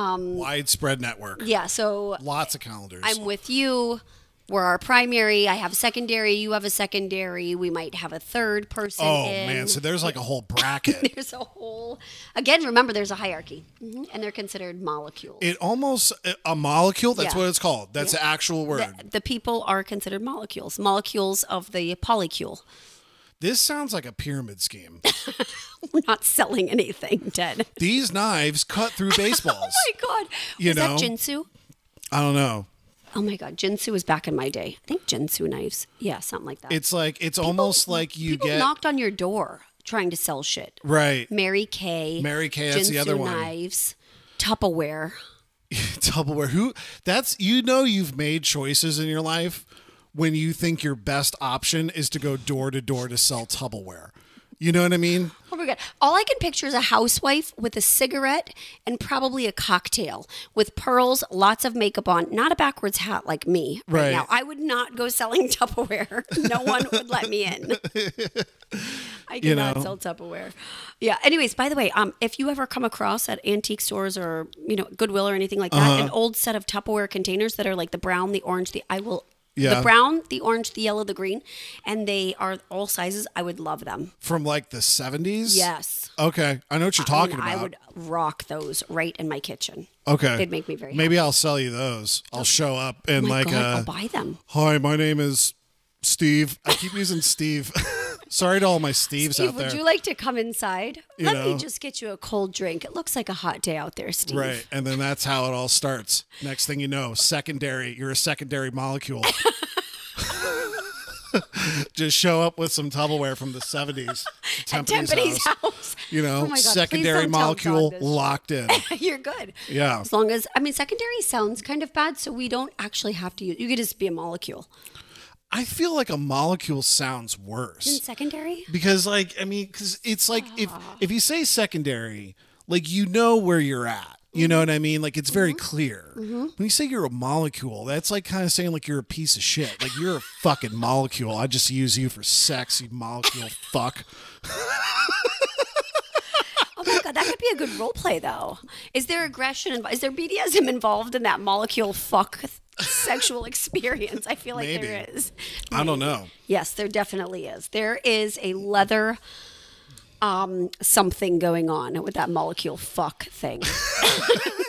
[SPEAKER 1] Widespread network.
[SPEAKER 2] Yeah. So
[SPEAKER 1] Lots of calendars.
[SPEAKER 2] I'm with you. We're our primary. I have secondary. You have a secondary. We might have a third person.
[SPEAKER 1] oh
[SPEAKER 2] in.
[SPEAKER 1] man, so there's like a whole bracket.
[SPEAKER 2] there's a whole. Again, remember there's a hierarchy, hmm and they're considered molecules.
[SPEAKER 1] it almost a molecule. That's
[SPEAKER 2] Yeah.
[SPEAKER 1] what it's called. That's the actual word.
[SPEAKER 2] the, the people are considered molecules, molecules of the polycule.
[SPEAKER 1] this sounds like a pyramid scheme.
[SPEAKER 2] Oh We're not selling anything, Ted.
[SPEAKER 1] These knives cut through baseballs.
[SPEAKER 2] Oh my God.
[SPEAKER 1] You
[SPEAKER 2] Was
[SPEAKER 1] know?
[SPEAKER 2] that Jinsu?
[SPEAKER 1] I don't know.
[SPEAKER 2] Oh my God. Jinsu was back in my day. I think Jinsu knives. Yeah, something like that.
[SPEAKER 1] It's like it's almost like you
[SPEAKER 2] people
[SPEAKER 1] get
[SPEAKER 2] knocked on your door trying to sell shit.
[SPEAKER 1] right.
[SPEAKER 2] Mary Kay.
[SPEAKER 1] Mary Kay, that's the
[SPEAKER 2] Jinsu
[SPEAKER 1] other one.
[SPEAKER 2] Knives, Tupperware.
[SPEAKER 1] Tupperware. Who? That's you know you've made choices in your life when you think your best option is to go door to door to sell Tupperware. You know what I mean?
[SPEAKER 2] Oh my god! All I can picture is a housewife with a cigarette and probably a cocktail with pearls, lots of makeup on, not a backwards hat like me right,
[SPEAKER 1] Right.
[SPEAKER 2] now. I would not go selling Tupperware. No one would let me in. I cannot
[SPEAKER 1] know.
[SPEAKER 2] sell Tupperware. Yeah. Anyways, by the way, um, if you ever come across at antique stores or you know Goodwill or anything like that,
[SPEAKER 1] Uh-huh.
[SPEAKER 2] an old set of Tupperware containers that are like the brown, the orange, the I will.
[SPEAKER 1] Yeah.
[SPEAKER 2] The brown, the orange, the yellow, the green, and they are all sizes. I would love them.
[SPEAKER 1] From like the seventies.
[SPEAKER 2] Yes.
[SPEAKER 1] Okay, I know what you're talking
[SPEAKER 2] And
[SPEAKER 1] about.
[SPEAKER 2] I would rock those right in my kitchen.
[SPEAKER 1] okay,
[SPEAKER 2] They'd make me very Oh
[SPEAKER 1] Maybe I'll sell you those. I'll show up and
[SPEAKER 2] my
[SPEAKER 1] like
[SPEAKER 2] God,
[SPEAKER 1] uh,
[SPEAKER 2] I'll buy them.
[SPEAKER 1] Hi, my name is Steve. I keep using Steve. Sorry to all my Steves
[SPEAKER 2] Steve,
[SPEAKER 1] out there.
[SPEAKER 2] would you like to come inside?
[SPEAKER 1] You
[SPEAKER 2] Let
[SPEAKER 1] know.
[SPEAKER 2] me just get you a cold drink. It looks like a hot day out there, Steve.
[SPEAKER 1] Right. And then that's how it all starts. Next thing you know, secondary, you're a secondary molecule. Just show up with some Tupperware from the 70s. to
[SPEAKER 2] At
[SPEAKER 1] Tempany's
[SPEAKER 2] Tempany's
[SPEAKER 1] house.
[SPEAKER 2] house.
[SPEAKER 1] You know,
[SPEAKER 2] Oh my God, please
[SPEAKER 1] secondary
[SPEAKER 2] don't tell
[SPEAKER 1] molecule
[SPEAKER 2] John this.
[SPEAKER 1] locked in.
[SPEAKER 2] You're good.
[SPEAKER 1] Yeah.
[SPEAKER 2] As long as, I mean, secondary sounds kind of bad, so we don't actually have to use, you could just be a molecule.
[SPEAKER 1] I feel like a molecule sounds worse.
[SPEAKER 2] Isn't secondary?
[SPEAKER 1] because like i mean because it's like if
[SPEAKER 2] Ah.
[SPEAKER 1] if you say secondary like you know where you're at you know what i mean like it's
[SPEAKER 2] Mm-hmm.
[SPEAKER 1] very clear when you say you're a molecule that's like kind of saying like you're a piece of shit like you're a fucking molecule i just use you for sex you molecule fuck
[SPEAKER 2] Oh my God, that could be a good role play, though. Is there aggression? inv- Is there BDSM involved in that molecule fuck sexual experience? I feel like there
[SPEAKER 1] Maybe.
[SPEAKER 2] is.
[SPEAKER 1] i don't know
[SPEAKER 2] Yes, there definitely is. There is a leather um something going on with that molecule fuck thing.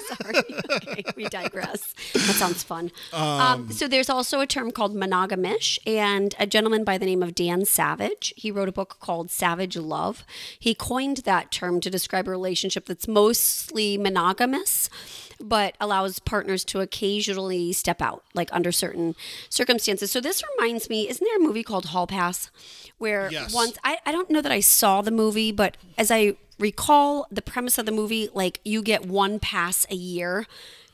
[SPEAKER 2] Sorry. Okay, we digress. That sounds fun. Um, so there's also a term called monogamish, and a gentleman by the name of Dan Savage, he wrote a book called Savage Love. He coined that term to describe a relationship that's mostly monogamous, but allows partners to occasionally step out, like under certain circumstances. So this reminds me, isn't there a movie called Hall Pass, where
[SPEAKER 1] Yes.
[SPEAKER 2] once I, I don't know that I saw the movie, but as I recall the premise of the movie, like you get one pass a year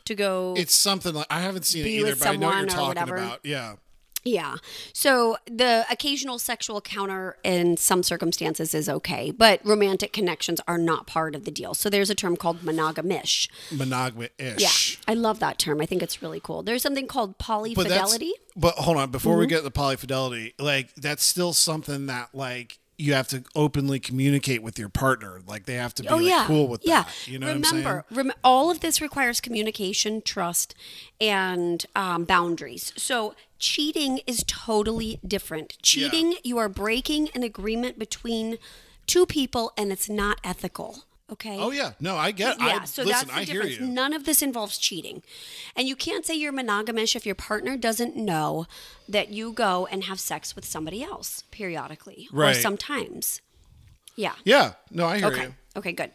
[SPEAKER 2] to go.
[SPEAKER 1] it's something like i haven't seen it
[SPEAKER 2] Be
[SPEAKER 1] either
[SPEAKER 2] with
[SPEAKER 1] but i know what you're
[SPEAKER 2] someone or
[SPEAKER 1] talking
[SPEAKER 2] whatever.
[SPEAKER 1] about yeah
[SPEAKER 2] Yeah. So the occasional sexual encounter in some circumstances is okay, but romantic connections are not part of the deal. So there's a term called monogamish.
[SPEAKER 1] Monogamy ish.
[SPEAKER 2] Yeah. I love that term. I think it's really cool. There's something called
[SPEAKER 1] But that's-
[SPEAKER 2] polyfidelity.
[SPEAKER 1] But hold on, before
[SPEAKER 2] Mm-hmm.
[SPEAKER 1] we get to polyfidelity, like that's still something that like you have to openly communicate with your partner. Like they have to be
[SPEAKER 2] Oh
[SPEAKER 1] like,
[SPEAKER 2] yeah,
[SPEAKER 1] cool with
[SPEAKER 2] yeah.
[SPEAKER 1] that. You know
[SPEAKER 2] remember,
[SPEAKER 1] what I'm saying?
[SPEAKER 2] Rem- all of this requires communication, trust, and um, boundaries. So cheating is totally different. Cheating, you are breaking an agreement between two people, and it's not ethical. Okay.
[SPEAKER 1] Oh yeah. No, I get
[SPEAKER 2] Yeah,
[SPEAKER 1] I,
[SPEAKER 2] so
[SPEAKER 1] listen,
[SPEAKER 2] that's the
[SPEAKER 1] I hear
[SPEAKER 2] difference.
[SPEAKER 1] you.
[SPEAKER 2] None of this involves cheating. And you can't say you're monogamish if your partner doesn't know that you go and have sex with somebody else periodically or
[SPEAKER 1] Right.
[SPEAKER 2] sometimes. Yeah.
[SPEAKER 1] Yeah. No, I hear
[SPEAKER 2] Okay.
[SPEAKER 1] you.
[SPEAKER 2] Okay, good.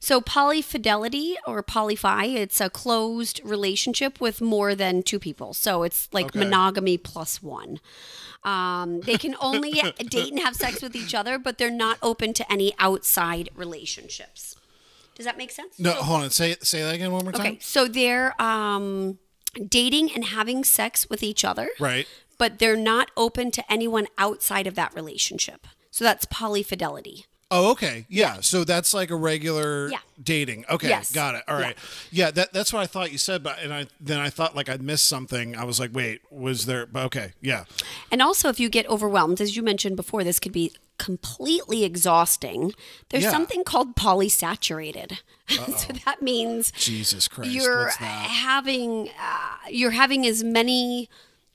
[SPEAKER 2] So polyfidelity or polyphi, it's a closed relationship with more than two people. So it's like
[SPEAKER 1] Okay.
[SPEAKER 2] monogamy plus one. Um, they can only date and have sex with each other, but they're not open to any outside relationships. Does that make sense?
[SPEAKER 1] No, hold on. Say say that again one more time.
[SPEAKER 2] Okay, so they're um, dating and having sex with each other,
[SPEAKER 1] Right.
[SPEAKER 2] but they're not open to anyone outside of that relationship. So that's polyfidelity.
[SPEAKER 1] Oh, okay. Yeah. So that's like a regular
[SPEAKER 2] Yeah.
[SPEAKER 1] dating. Okay.
[SPEAKER 2] Yes.
[SPEAKER 1] Got it. All
[SPEAKER 2] Yeah.
[SPEAKER 1] right. Yeah. that, that's what I thought you said, but and I then I thought like I missed something. I was like, wait, was there? But okay. Yeah.
[SPEAKER 2] And also, if you get overwhelmed, as you mentioned before, this could be completely exhausting. There's
[SPEAKER 1] Yeah.
[SPEAKER 2] something called polysaturated. so that means
[SPEAKER 1] Jesus Christ.
[SPEAKER 2] you're
[SPEAKER 1] what's that?
[SPEAKER 2] having uh, you're having as many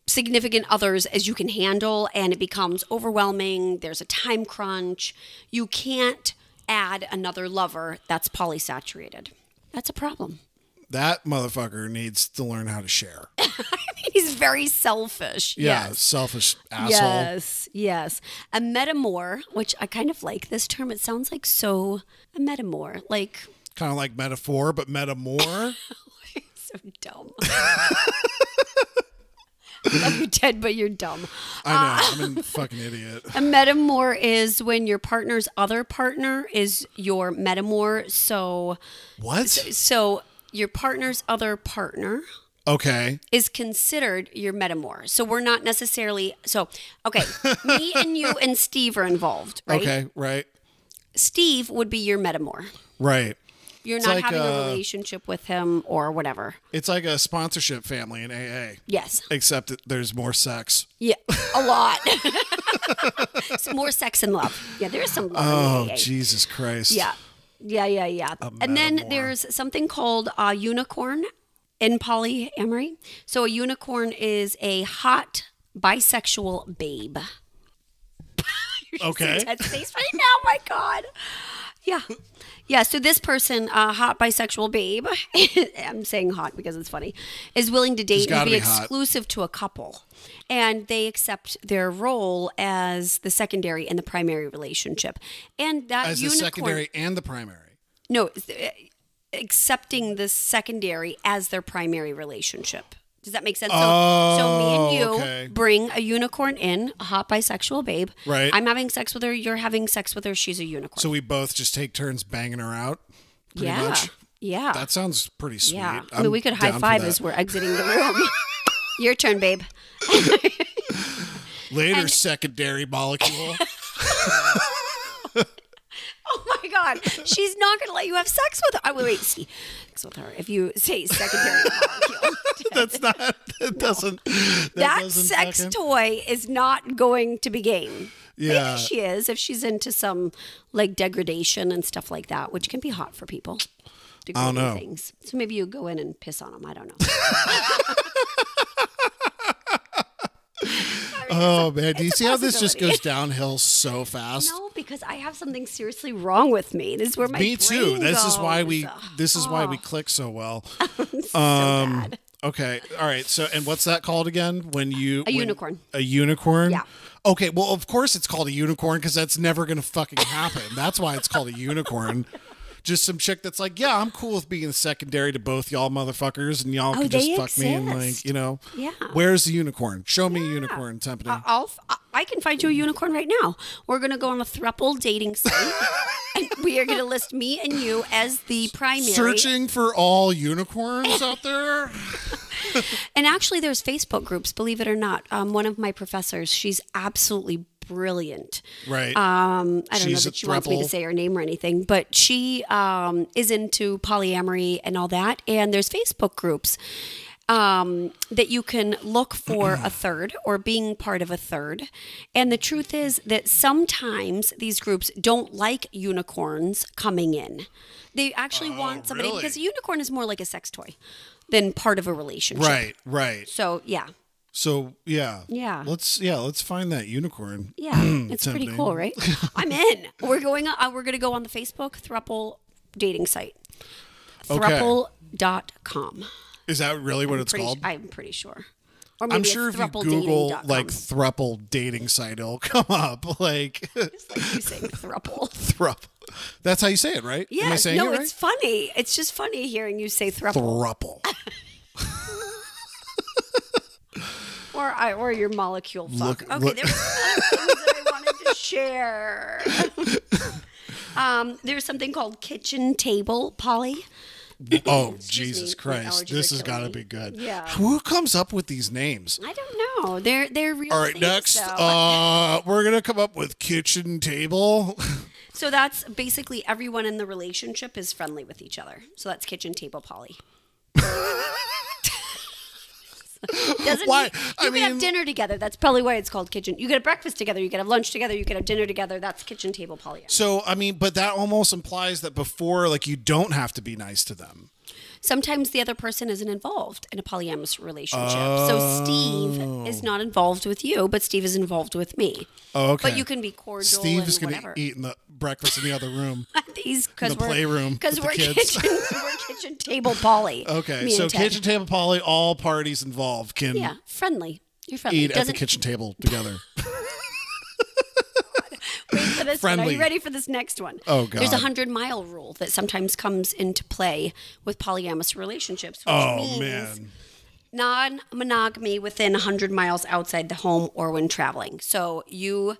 [SPEAKER 2] significant others as you can handle and it becomes overwhelming there's a time crunch you can't add another lover that's polysaturated that's a problem
[SPEAKER 1] That motherfucker needs to learn how to share.
[SPEAKER 2] he's very selfish
[SPEAKER 1] Yeah,
[SPEAKER 2] yes
[SPEAKER 1] selfish asshole.
[SPEAKER 2] Yes, yes. A metamor, which I kind of like this term. It sounds like so a metamor, like
[SPEAKER 1] Kind of like metaphor, but metamore.
[SPEAKER 2] so dumb. I love you, Ted, but you're dumb.
[SPEAKER 1] I know.
[SPEAKER 2] Ah.
[SPEAKER 1] I'm a fucking idiot.
[SPEAKER 2] A metamor is when your partner's other partner is your metamor. So,
[SPEAKER 1] What?
[SPEAKER 2] so your partner's other partner
[SPEAKER 1] Okay.
[SPEAKER 2] is considered your metamor. So we're not necessarily so. Okay, me and you and Steve are involved, right?
[SPEAKER 1] Okay. Right.
[SPEAKER 2] Steve would be your metamor.
[SPEAKER 1] Right.
[SPEAKER 2] You're
[SPEAKER 1] It's
[SPEAKER 2] not
[SPEAKER 1] like,
[SPEAKER 2] having a
[SPEAKER 1] uh,
[SPEAKER 2] relationship with him or whatever.
[SPEAKER 1] It's like a sponsorship family in AA,
[SPEAKER 2] Yes.
[SPEAKER 1] except that there's more sex.
[SPEAKER 2] Yeah. A lot. It's more sex and love. Yeah, there's some love. in
[SPEAKER 1] Oh,
[SPEAKER 2] AA.
[SPEAKER 1] Jesus Christ.
[SPEAKER 2] Yeah. Yeah, yeah, yeah. And then
[SPEAKER 1] metamor.
[SPEAKER 2] there's something called a unicorn in polyamory. So a unicorn is a hot bisexual babe. You should see
[SPEAKER 1] Okay.
[SPEAKER 2] Ted's face right now. My God. Yeah. Yeah. So this person, uh, hot bisexual babe, I'm saying hot because it's funny, is willing to date and
[SPEAKER 1] gotta
[SPEAKER 2] be,
[SPEAKER 1] be hot.
[SPEAKER 2] exclusive to a couple. And they accept their role as the secondary and the primary relationship. And that
[SPEAKER 1] As
[SPEAKER 2] unicorn,
[SPEAKER 1] the secondary and the primary.
[SPEAKER 2] no, it's, uh, accepting the secondary as their primary relationship. Does that make sense? So, so me and you
[SPEAKER 1] Oh, okay.
[SPEAKER 2] bring a unicorn in, a hot bisexual babe.
[SPEAKER 1] Right.
[SPEAKER 2] I'm having sex with her. You're having sex with her. She's a unicorn.
[SPEAKER 1] So we both just take turns banging her out. Pretty
[SPEAKER 2] yeah.
[SPEAKER 1] much.
[SPEAKER 2] Yeah.
[SPEAKER 1] That sounds pretty sweet.
[SPEAKER 2] yeah. I
[SPEAKER 1] I'm
[SPEAKER 2] mean, we could
[SPEAKER 1] down
[SPEAKER 2] high
[SPEAKER 1] for
[SPEAKER 2] five
[SPEAKER 1] that.
[SPEAKER 2] as we're exiting the room. Your turn, babe.
[SPEAKER 1] later secondary molecule.
[SPEAKER 2] Oh my God. She's not going to let you have sex with her. I wait, wait, see. Sex with her. If you say secondary molecule.
[SPEAKER 1] That's not. That doesn't. That,
[SPEAKER 2] that
[SPEAKER 1] doesn't
[SPEAKER 2] sex
[SPEAKER 1] fucking-
[SPEAKER 2] toy is not going to be game.
[SPEAKER 1] Yeah.
[SPEAKER 2] Maybe she is if she's into some like degradation and stuff like that, which can be hot for people. Degrading
[SPEAKER 1] know.
[SPEAKER 2] things. So maybe you go in and piss on them. I don't know.
[SPEAKER 1] Oh man, do you see how this just
[SPEAKER 2] possibility.
[SPEAKER 1] goes downhill so fast?
[SPEAKER 2] no, because I have something seriously wrong with me. This is where my
[SPEAKER 1] Me too.
[SPEAKER 2] brain
[SPEAKER 1] This is why we.
[SPEAKER 2] goes. Ugh,
[SPEAKER 1] This is why we click so well. Um,
[SPEAKER 2] so bad.
[SPEAKER 1] Okay. All right. So, and what's that called again? When you a
[SPEAKER 2] unicorn.
[SPEAKER 1] A unicorn.
[SPEAKER 2] Yeah.
[SPEAKER 1] Okay. Well, of course it's called a unicorn because that's never gonna fucking happen. that's why it's called a unicorn. Just some chick that's like, yeah, I'm cool with being secondary to both y'all motherfuckers, and y'all can just
[SPEAKER 2] Oh, they
[SPEAKER 1] fuck me and like,
[SPEAKER 2] exist.
[SPEAKER 1] you know,
[SPEAKER 2] Yeah. Uh,
[SPEAKER 1] Where's the unicorn? Show me a unicorn, Tempany.
[SPEAKER 2] I'll f- I can find you a unicorn right now. We're gonna go on a thruple dating site, and we are gonna list me and you as the primary.
[SPEAKER 1] Searching for all unicorns out there.
[SPEAKER 2] and actually, there's Facebook groups. Believe it or not, um, one of my professors, she's absolutely brilliant.
[SPEAKER 1] Right.
[SPEAKER 2] Um, I don't
[SPEAKER 1] She's
[SPEAKER 2] know
[SPEAKER 1] a
[SPEAKER 2] that she wants me to
[SPEAKER 1] throuple.
[SPEAKER 2] say her name or anything, but she um, is into polyamory and all that. And there's Facebook groups um, that you can look for a third or being part of a third. And the truth is that sometimes these groups don't like unicorns coming in. They actually want somebody
[SPEAKER 1] Oh, really?
[SPEAKER 2] because a unicorn is more like a sex toy than part of a relationship.
[SPEAKER 1] right. Right.
[SPEAKER 2] So yeah,
[SPEAKER 1] So yeah.
[SPEAKER 2] Yeah.
[SPEAKER 1] Let's yeah. Let's find that unicorn.
[SPEAKER 2] yeah, it's pretty
[SPEAKER 1] Tempting.
[SPEAKER 2] cool, right? I'm in. We're going. Uh, we're gonna go on the Facebook thruple dating site.
[SPEAKER 1] Okay.
[SPEAKER 2] Thruple.com.
[SPEAKER 1] Is that really what it's
[SPEAKER 2] Pretty,
[SPEAKER 1] called?
[SPEAKER 2] I'm pretty sure. Or
[SPEAKER 1] I'm
[SPEAKER 2] maybe it's
[SPEAKER 1] sure if you
[SPEAKER 2] thruppledating.com.
[SPEAKER 1] Google like thruple dating site, it'll come up. Like
[SPEAKER 2] It's like you saying thruple.
[SPEAKER 1] thruple. That's how you say it, right? Am I
[SPEAKER 2] Yes.
[SPEAKER 1] saying
[SPEAKER 2] No,
[SPEAKER 1] it right?
[SPEAKER 2] it's funny. It's just funny hearing you say thruple,
[SPEAKER 1] thruple.
[SPEAKER 2] or I, or your molecule fuck.
[SPEAKER 1] Look-
[SPEAKER 2] okay,
[SPEAKER 1] look-
[SPEAKER 2] there were some other things that I wanted to share. um, there's something called kitchen table Polly.
[SPEAKER 1] Oh
[SPEAKER 2] Excuse me,
[SPEAKER 1] Jesus
[SPEAKER 2] my
[SPEAKER 1] Christ!
[SPEAKER 2] allergies
[SPEAKER 1] This
[SPEAKER 2] are
[SPEAKER 1] has got to
[SPEAKER 2] killing
[SPEAKER 1] be
[SPEAKER 2] me.
[SPEAKER 1] good.
[SPEAKER 2] Yeah.
[SPEAKER 1] Who comes up with these names?
[SPEAKER 2] I don't know. They're they're real.
[SPEAKER 1] All right,
[SPEAKER 2] things,
[SPEAKER 1] next,
[SPEAKER 2] though.
[SPEAKER 1] uh, we're gonna come up with kitchen table.
[SPEAKER 2] so that's basically everyone in the relationship is friendly with each other. So that's kitchen table poly. Doesn't
[SPEAKER 1] Why?
[SPEAKER 2] mean- You
[SPEAKER 1] I
[SPEAKER 2] can have
[SPEAKER 1] mean-
[SPEAKER 2] dinner together. That's probably why it's called kitchen. You could have breakfast together. You could have lunch together. You could have dinner together. That's kitchen table poly.
[SPEAKER 1] so I mean, but that almost implies that before, like, you don't have to be nice to them.
[SPEAKER 2] Sometimes the other person isn't involved in a polyamorous relationship. So Steve is not involved with you, but Steve is involved with me.
[SPEAKER 1] Oh, okay.
[SPEAKER 2] But you can be cordial
[SPEAKER 1] Steve is
[SPEAKER 2] and
[SPEAKER 1] gonna
[SPEAKER 2] whatever.
[SPEAKER 1] eat in the breakfast in the other room.
[SPEAKER 2] these because
[SPEAKER 1] the
[SPEAKER 2] we're
[SPEAKER 1] playroom
[SPEAKER 2] because
[SPEAKER 1] with the
[SPEAKER 2] we're
[SPEAKER 1] kids.
[SPEAKER 2] kitchen we're kitchen table poly.
[SPEAKER 1] Okay,
[SPEAKER 2] me
[SPEAKER 1] so
[SPEAKER 2] and Ted.
[SPEAKER 1] kitchen table poly, all parties involved can
[SPEAKER 2] yeah, friendly. You're friendly.
[SPEAKER 1] eat at the
[SPEAKER 2] Doesn't
[SPEAKER 1] kitchen table together.
[SPEAKER 2] wait for this one. Are
[SPEAKER 1] friendly.
[SPEAKER 2] you ready for this next one?
[SPEAKER 1] Oh,
[SPEAKER 2] There's a
[SPEAKER 1] God.
[SPEAKER 2] hundred mile rule that sometimes comes into play with polyamorous relationships. Which
[SPEAKER 1] oh
[SPEAKER 2] means
[SPEAKER 1] man,
[SPEAKER 2] non-monogamy within 100 miles outside the home or when traveling. So you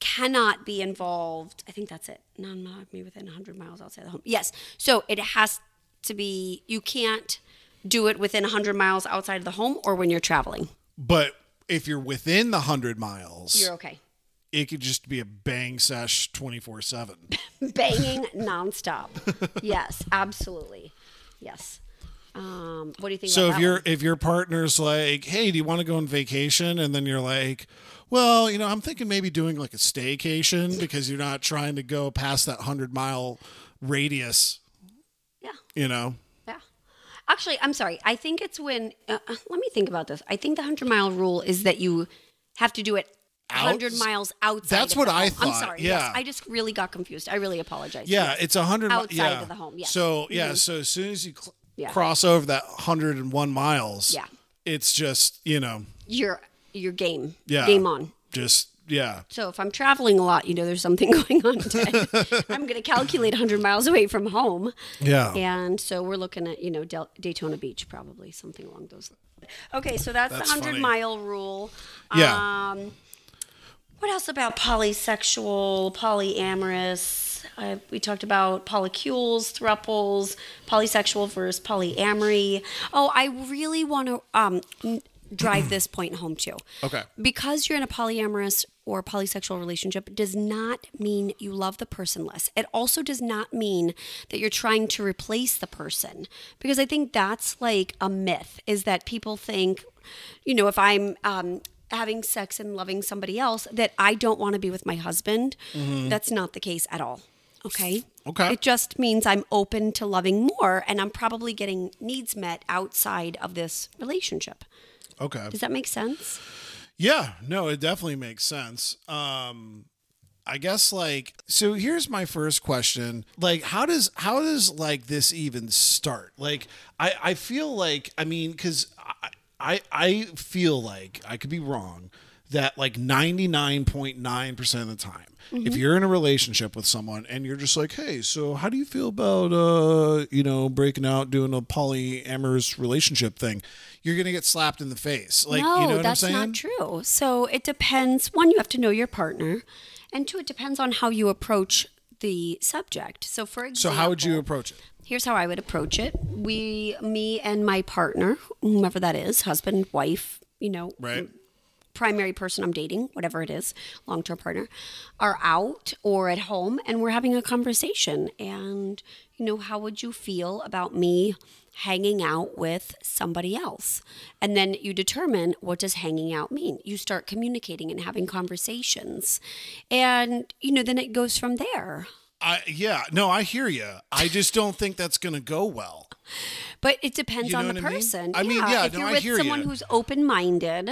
[SPEAKER 2] cannot be involved. I think that's it. Non-monogamy within 100 miles outside the home. Yes. So it has to be. You can't do it within 100 miles outside of the home or when you're traveling.
[SPEAKER 1] but if you're within the hundred miles,
[SPEAKER 2] You're okay.
[SPEAKER 1] it could just be a bang sesh twenty four seven.
[SPEAKER 2] Banging nonstop. Yes, absolutely. Yes. Um, what do you think?
[SPEAKER 1] So
[SPEAKER 2] about
[SPEAKER 1] if
[SPEAKER 2] that
[SPEAKER 1] your
[SPEAKER 2] one?
[SPEAKER 1] if your partner's like, "Hey, do you want to go on vacation?" and then you're like, "Well, you know, I'm thinking maybe doing like a staycation because you're not trying to go past that 100-mile radius,
[SPEAKER 2] yeah.
[SPEAKER 1] you know."
[SPEAKER 2] Yeah. Actually, I'm sorry. I think it's when, uh, uh, let me think about this. I think the 100 mile rule is that you have to do it 100
[SPEAKER 1] Outs-
[SPEAKER 2] miles outside.
[SPEAKER 1] That's
[SPEAKER 2] of
[SPEAKER 1] what
[SPEAKER 2] the
[SPEAKER 1] I
[SPEAKER 2] home. I'm
[SPEAKER 1] thought,
[SPEAKER 2] sorry. yes.
[SPEAKER 1] yeah.
[SPEAKER 2] I just really got confused. I really apologize.
[SPEAKER 1] Yeah, it's a 100 mi-
[SPEAKER 2] Outside
[SPEAKER 1] yeah.
[SPEAKER 2] of the home, yeah.
[SPEAKER 1] So, yeah, so as soon as you cl-
[SPEAKER 2] Yeah.
[SPEAKER 1] cross over that 101 miles,
[SPEAKER 2] Yeah.
[SPEAKER 1] it's just, you know,
[SPEAKER 2] Your, your game.
[SPEAKER 1] Yeah.
[SPEAKER 2] Game on.
[SPEAKER 1] just yeah.
[SPEAKER 2] So if I'm traveling a lot, you know, there's something going on. Today. I'm going to calculate 100 miles away from home.
[SPEAKER 1] Yeah.
[SPEAKER 2] And so we're looking at, you know, Del- Daytona Beach, probably something along those lines. Okay, so that's,
[SPEAKER 1] That's
[SPEAKER 2] the 100
[SPEAKER 1] funny.
[SPEAKER 2] mile rule.
[SPEAKER 1] Yeah.
[SPEAKER 2] Um, what else about polysexual, polyamorous? Uh, we talked about polycules, thruples, polysexual versus polyamory. Oh, I really want to um, n- drive this point home too.
[SPEAKER 1] Okay.
[SPEAKER 2] Because you're in a polyamorous or polysexual relationship does not mean you love the person less. It also does not mean that you're trying to replace the person because I think that's like a myth is that people think, you know, if I'm um, having sex and loving somebody else, that I don't want to be with my husband. That's not the case at all. Okay.
[SPEAKER 1] Okay.
[SPEAKER 2] It just means I'm open to loving more and I'm probably getting needs met outside of this relationship.
[SPEAKER 1] Okay.
[SPEAKER 2] Does that make sense?
[SPEAKER 1] Yeah, no, it definitely makes sense. Um I guess like so here's my first question. Like how does how does like this even start? Like I I feel like I mean cuz I, I I feel like I could be wrong that like 99.9% of the time if
[SPEAKER 2] Mm-hmm.
[SPEAKER 1] you're in a relationship with someone and you're just like hey so how do you feel about uh you know breaking out doing a polyamorous relationship thing you're gonna get slapped in the face like
[SPEAKER 2] no,
[SPEAKER 1] you know what
[SPEAKER 2] that's
[SPEAKER 1] i'm saying
[SPEAKER 2] not true. So it depends. One, you have to know your partner, and two, it depends on how you approach the subject. So, for
[SPEAKER 1] So
[SPEAKER 2] example,
[SPEAKER 1] how would you approach it?
[SPEAKER 2] Here's how I would approach it. We, me, and my partner, whomever that is, husband, wife, you know,
[SPEAKER 1] Right.
[SPEAKER 2] primary person I'm dating, whatever it is, long term partner, are out or at home and we're having a conversation. And, you know, how would you feel about me hanging out with somebody else? And then you determine what does hanging out mean? You start communicating and having conversations. And, you know, then it goes from there.
[SPEAKER 1] I yeah, no, I hear you. I just don't think that's going to go well.
[SPEAKER 2] But it depends
[SPEAKER 1] You know
[SPEAKER 2] on the
[SPEAKER 1] what I mean?
[SPEAKER 2] person.
[SPEAKER 1] I mean, yeah,
[SPEAKER 2] if
[SPEAKER 1] no,
[SPEAKER 2] you're
[SPEAKER 1] I
[SPEAKER 2] with
[SPEAKER 1] hear
[SPEAKER 2] someone
[SPEAKER 1] ya.
[SPEAKER 2] who's open minded,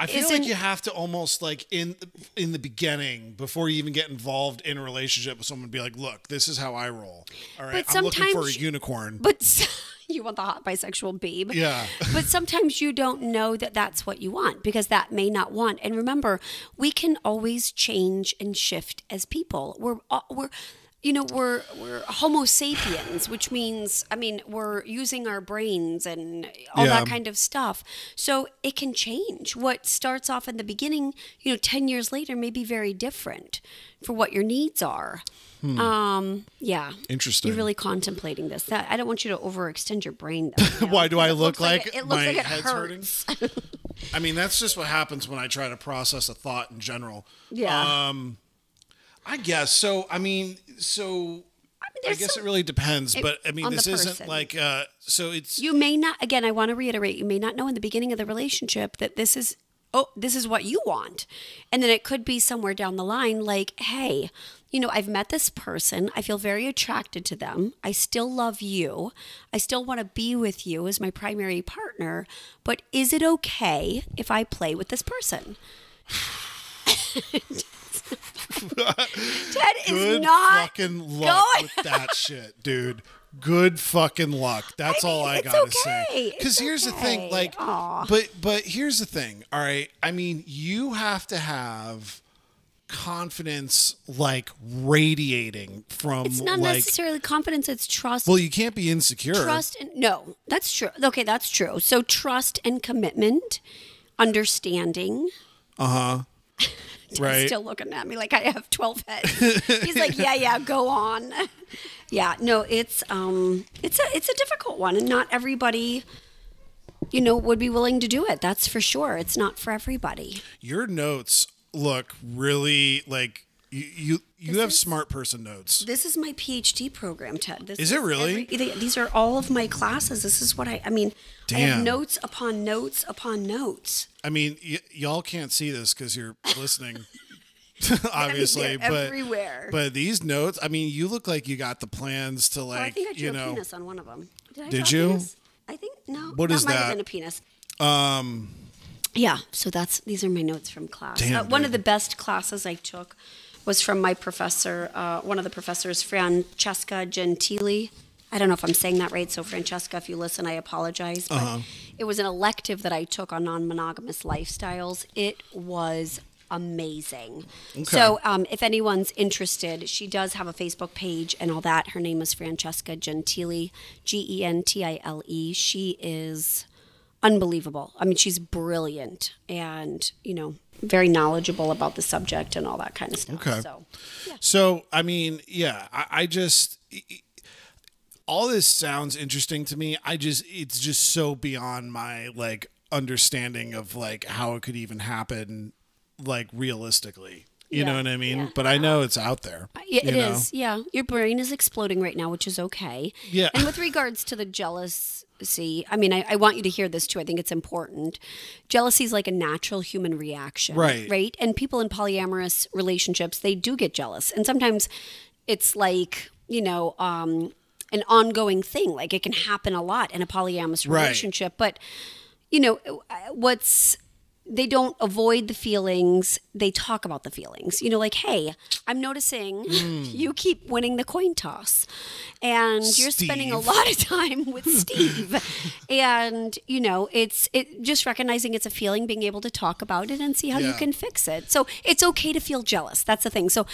[SPEAKER 1] I feel
[SPEAKER 2] Isn't-
[SPEAKER 1] like you have to almost like in in the beginning before you even get involved in a relationship with someone be like, "Look, this is how I roll." All right,
[SPEAKER 2] But
[SPEAKER 1] I'm looking for a
[SPEAKER 2] sometimes-
[SPEAKER 1] unicorn.
[SPEAKER 2] but you want the hot bisexual babe.
[SPEAKER 1] yeah.
[SPEAKER 2] but sometimes you don't know that that's what you want because that may not want. And remember, we can always change and shift as people. We're all- we're you know we're we're Homo sapiens, which means I mean we're using our brains and all that
[SPEAKER 1] Yeah.
[SPEAKER 2] kind of stuff. So it can change. What starts off in the beginning, you know, ten years later may be very different for what your needs are. Um, yeah,
[SPEAKER 1] Hmm. Interesting.
[SPEAKER 2] You're really contemplating this. That, I don't want you to overextend your brain. Though, you know?
[SPEAKER 1] Why do I look
[SPEAKER 2] looks
[SPEAKER 1] like,
[SPEAKER 2] like it- it looks
[SPEAKER 1] my
[SPEAKER 2] like it
[SPEAKER 1] head's
[SPEAKER 2] hurts.
[SPEAKER 1] hurting? I mean, that's just what happens when I try to process a thought in general.
[SPEAKER 2] Yeah.
[SPEAKER 1] Um, I guess so. I mean, so I,
[SPEAKER 2] there's
[SPEAKER 1] guess
[SPEAKER 2] some-
[SPEAKER 1] it really depends, but I mean,
[SPEAKER 2] on the
[SPEAKER 1] this isn't
[SPEAKER 2] person.
[SPEAKER 1] like uh, so. It's
[SPEAKER 2] you may not again i want to reiterate you may not know in the beginning of the relationship that this is oh this is what you want and then it could be somewhere down the line like hey you know i've met this person i feel very attracted to them i still love you i still want to be with you as my primary partner but is it okay if i play with this person ted is
[SPEAKER 1] good
[SPEAKER 2] not
[SPEAKER 1] fucking luck
[SPEAKER 2] going-
[SPEAKER 1] with that shit, dude. Good fucking luck. That's
[SPEAKER 2] I mean,
[SPEAKER 1] all I
[SPEAKER 2] it's
[SPEAKER 1] gotta say.
[SPEAKER 2] okay. It's
[SPEAKER 1] here's the thing,
[SPEAKER 2] okay.
[SPEAKER 1] like,
[SPEAKER 2] Aw.
[SPEAKER 1] but but here's the thing. All right, I mean, you have to have confidence like radiating from
[SPEAKER 2] it's not
[SPEAKER 1] like
[SPEAKER 2] necessarily confidence it's trust
[SPEAKER 1] well you can't be insecure
[SPEAKER 2] Trust and no, that's true. Okay, that's true. So trust and commitment, understanding.
[SPEAKER 1] right
[SPEAKER 2] He's still looking at me like I have twelve heads. He's like, yeah, yeah, go on. yeah, no, it's um, it's a it's a difficult one, and not everybody, you know, would be willing to do it. That's for sure. It's not for everybody.
[SPEAKER 1] your notes look really like you you, you have smart person notes
[SPEAKER 2] This is my PhD program, Ted. This
[SPEAKER 1] Is it really?
[SPEAKER 2] every- they- these are all of my classes. This is what I. I mean, I
[SPEAKER 1] Damn.
[SPEAKER 2] have notes upon notes upon notes.
[SPEAKER 1] i mean y- y'all can't see this because you're listening obviously
[SPEAKER 2] They're
[SPEAKER 1] but
[SPEAKER 2] everywhere.
[SPEAKER 1] but these notes i mean you look like you got the plans to like
[SPEAKER 2] Oh, I think I drew
[SPEAKER 1] you
[SPEAKER 2] a
[SPEAKER 1] know
[SPEAKER 2] penis on one of them. Did, I
[SPEAKER 1] Did
[SPEAKER 2] draw a
[SPEAKER 1] you?
[SPEAKER 2] penis? I think no.
[SPEAKER 1] What
[SPEAKER 2] that
[SPEAKER 1] is
[SPEAKER 2] might
[SPEAKER 1] that?
[SPEAKER 2] Have been a penis.
[SPEAKER 1] um
[SPEAKER 2] Yeah. So that's these are my notes from class.
[SPEAKER 1] Damn,
[SPEAKER 2] uh, one of
[SPEAKER 1] dude.
[SPEAKER 2] the best classes I took was from my professor, uh, one of the professors, Francesca Gentili. I don't know if I'm saying that right. So Francesca, if you listen, I apologize. But
[SPEAKER 1] Uh-huh.
[SPEAKER 2] It was an elective that I took on non-monogamous lifestyles. It was amazing. So um, if anyone's interested, she does have a Facebook page and all that. Her name is Francesca Gentili, G E N T I L E. She is unbelievable. I mean, she's brilliant and, you know, very knowledgeable about the subject and all that kind of stuff.
[SPEAKER 1] Okay.
[SPEAKER 2] So,
[SPEAKER 1] So I mean, yeah, I, I just all this sounds interesting to me. I just it's just so beyond my like understanding of like how it could even happen, like realistically. You
[SPEAKER 2] Yeah,
[SPEAKER 1] know what I mean?
[SPEAKER 2] yeah. Uh-huh. Uh,
[SPEAKER 1] But I know it's out there.
[SPEAKER 2] yeah, it
[SPEAKER 1] you
[SPEAKER 2] is.
[SPEAKER 1] know?
[SPEAKER 2] Yeah. Your brain is exploding right now, which is okay.
[SPEAKER 1] Yeah.
[SPEAKER 2] And with regards to the jealousy, I mean, I, I want you to hear this too. I think it's important. Jealousy is like a natural human reaction.
[SPEAKER 1] Right.
[SPEAKER 2] Right. And people in polyamorous relationships, they do get jealous. And sometimes it's like, you know, um, an ongoing thing. Like it can happen a lot in a polyamorous
[SPEAKER 1] Right.
[SPEAKER 2] relationship. But, you know, uh, what's they don't avoid the feelings they talk about the feelings you know like hey i'm noticing
[SPEAKER 1] Mm.
[SPEAKER 2] you keep winning the coin toss and you're spending a
[SPEAKER 1] Steve.
[SPEAKER 2] lot of time with steve and you know it's it just recognizing it's a feeling being able to talk about it and see how you
[SPEAKER 1] Yeah.
[SPEAKER 2] can fix it so it's okay to feel jealous that's the thing so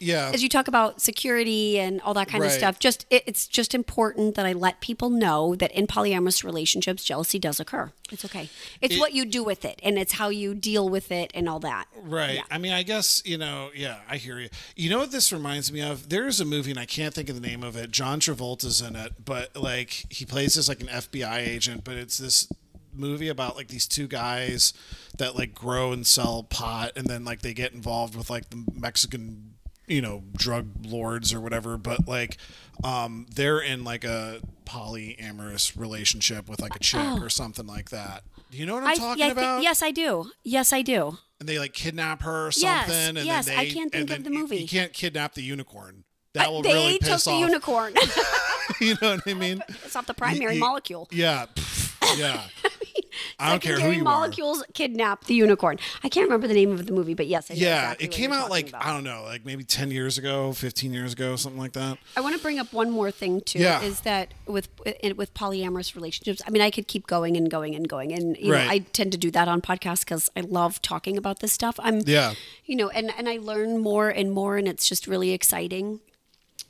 [SPEAKER 1] Yeah.
[SPEAKER 2] as you talk about security and all that kind of
[SPEAKER 1] Right.
[SPEAKER 2] stuff, just it, it's just important that I let people know that in polyamorous relationships, jealousy does occur. It's okay. It's
[SPEAKER 1] It-
[SPEAKER 2] what you do with it, and it's how you deal with it, and all that.
[SPEAKER 1] Right. I mean, I guess, you know, yeah, I hear you. You know what this reminds me of? There's a movie, and I can't think of the name of it. John Travolta's in it, but like he plays this like an FBI agent, but it's this movie about like these two guys that like grow and sell pot and then like they get involved with like the Mexican you know drug lords or whatever but like um they're in like a polyamorous relationship with like a chick or something like that do you know what i'm
[SPEAKER 2] Oh. I-
[SPEAKER 1] talking
[SPEAKER 2] yeah, I think-
[SPEAKER 1] about
[SPEAKER 2] yes, I do. Yes, I do.
[SPEAKER 1] and they like kidnap her or
[SPEAKER 2] Yes,
[SPEAKER 1] something. and then
[SPEAKER 2] yes,
[SPEAKER 1] they,
[SPEAKER 2] I can't
[SPEAKER 1] and
[SPEAKER 2] think of
[SPEAKER 1] then
[SPEAKER 2] the
[SPEAKER 1] you-
[SPEAKER 2] movie.
[SPEAKER 1] You, can't kidnap the unicorn. That will
[SPEAKER 2] they
[SPEAKER 1] really
[SPEAKER 2] took
[SPEAKER 1] piss
[SPEAKER 2] the
[SPEAKER 1] off.
[SPEAKER 2] unicorn.
[SPEAKER 1] you know what I mean?
[SPEAKER 2] it's not the primary
[SPEAKER 1] you-
[SPEAKER 2] molecule.
[SPEAKER 1] Yeah, pff, yeah. I don't care who
[SPEAKER 2] Secondary
[SPEAKER 1] you are.
[SPEAKER 2] molecules kidnap the unicorn. I can't remember the name of the movie, but yes, I know
[SPEAKER 1] Yeah,
[SPEAKER 2] exactly
[SPEAKER 1] it
[SPEAKER 2] what
[SPEAKER 1] came
[SPEAKER 2] you're
[SPEAKER 1] out
[SPEAKER 2] talking
[SPEAKER 1] like
[SPEAKER 2] about.
[SPEAKER 1] I don't know, like maybe ten years ago, fifteen years ago, something like that.
[SPEAKER 2] I want to bring up one more thing too.
[SPEAKER 1] Yeah.
[SPEAKER 2] Is that with in- with polyamorous relationships? I mean, I could keep going and going and going, and you
[SPEAKER 1] Right.
[SPEAKER 2] know, I tend to do that on podcasts because I love talking about this stuff. I'm
[SPEAKER 1] Yeah.
[SPEAKER 2] you know, and and I learn more and more, and it's just really exciting.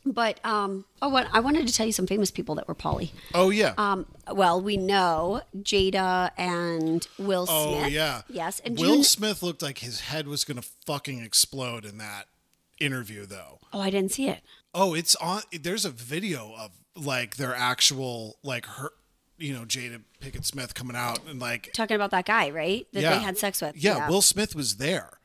[SPEAKER 2] But um, oh, what I wanted to tell you some famous people that were poly.
[SPEAKER 1] Oh yeah.
[SPEAKER 2] Um, well, we know Jada and Will
[SPEAKER 1] oh
[SPEAKER 2] Smith.
[SPEAKER 1] yeah.
[SPEAKER 2] Yes, and
[SPEAKER 1] Will
[SPEAKER 2] June-
[SPEAKER 1] Smith looked like his head was gonna fucking explode in that interview, though.
[SPEAKER 2] Oh, I didn't see it.
[SPEAKER 1] Oh, it's on. There's a video of like their actual like her, you know, Jada Pickett Smith coming out and like
[SPEAKER 2] Talking about that guy, right? That they had sex with.
[SPEAKER 1] Yeah, Will Smith was there.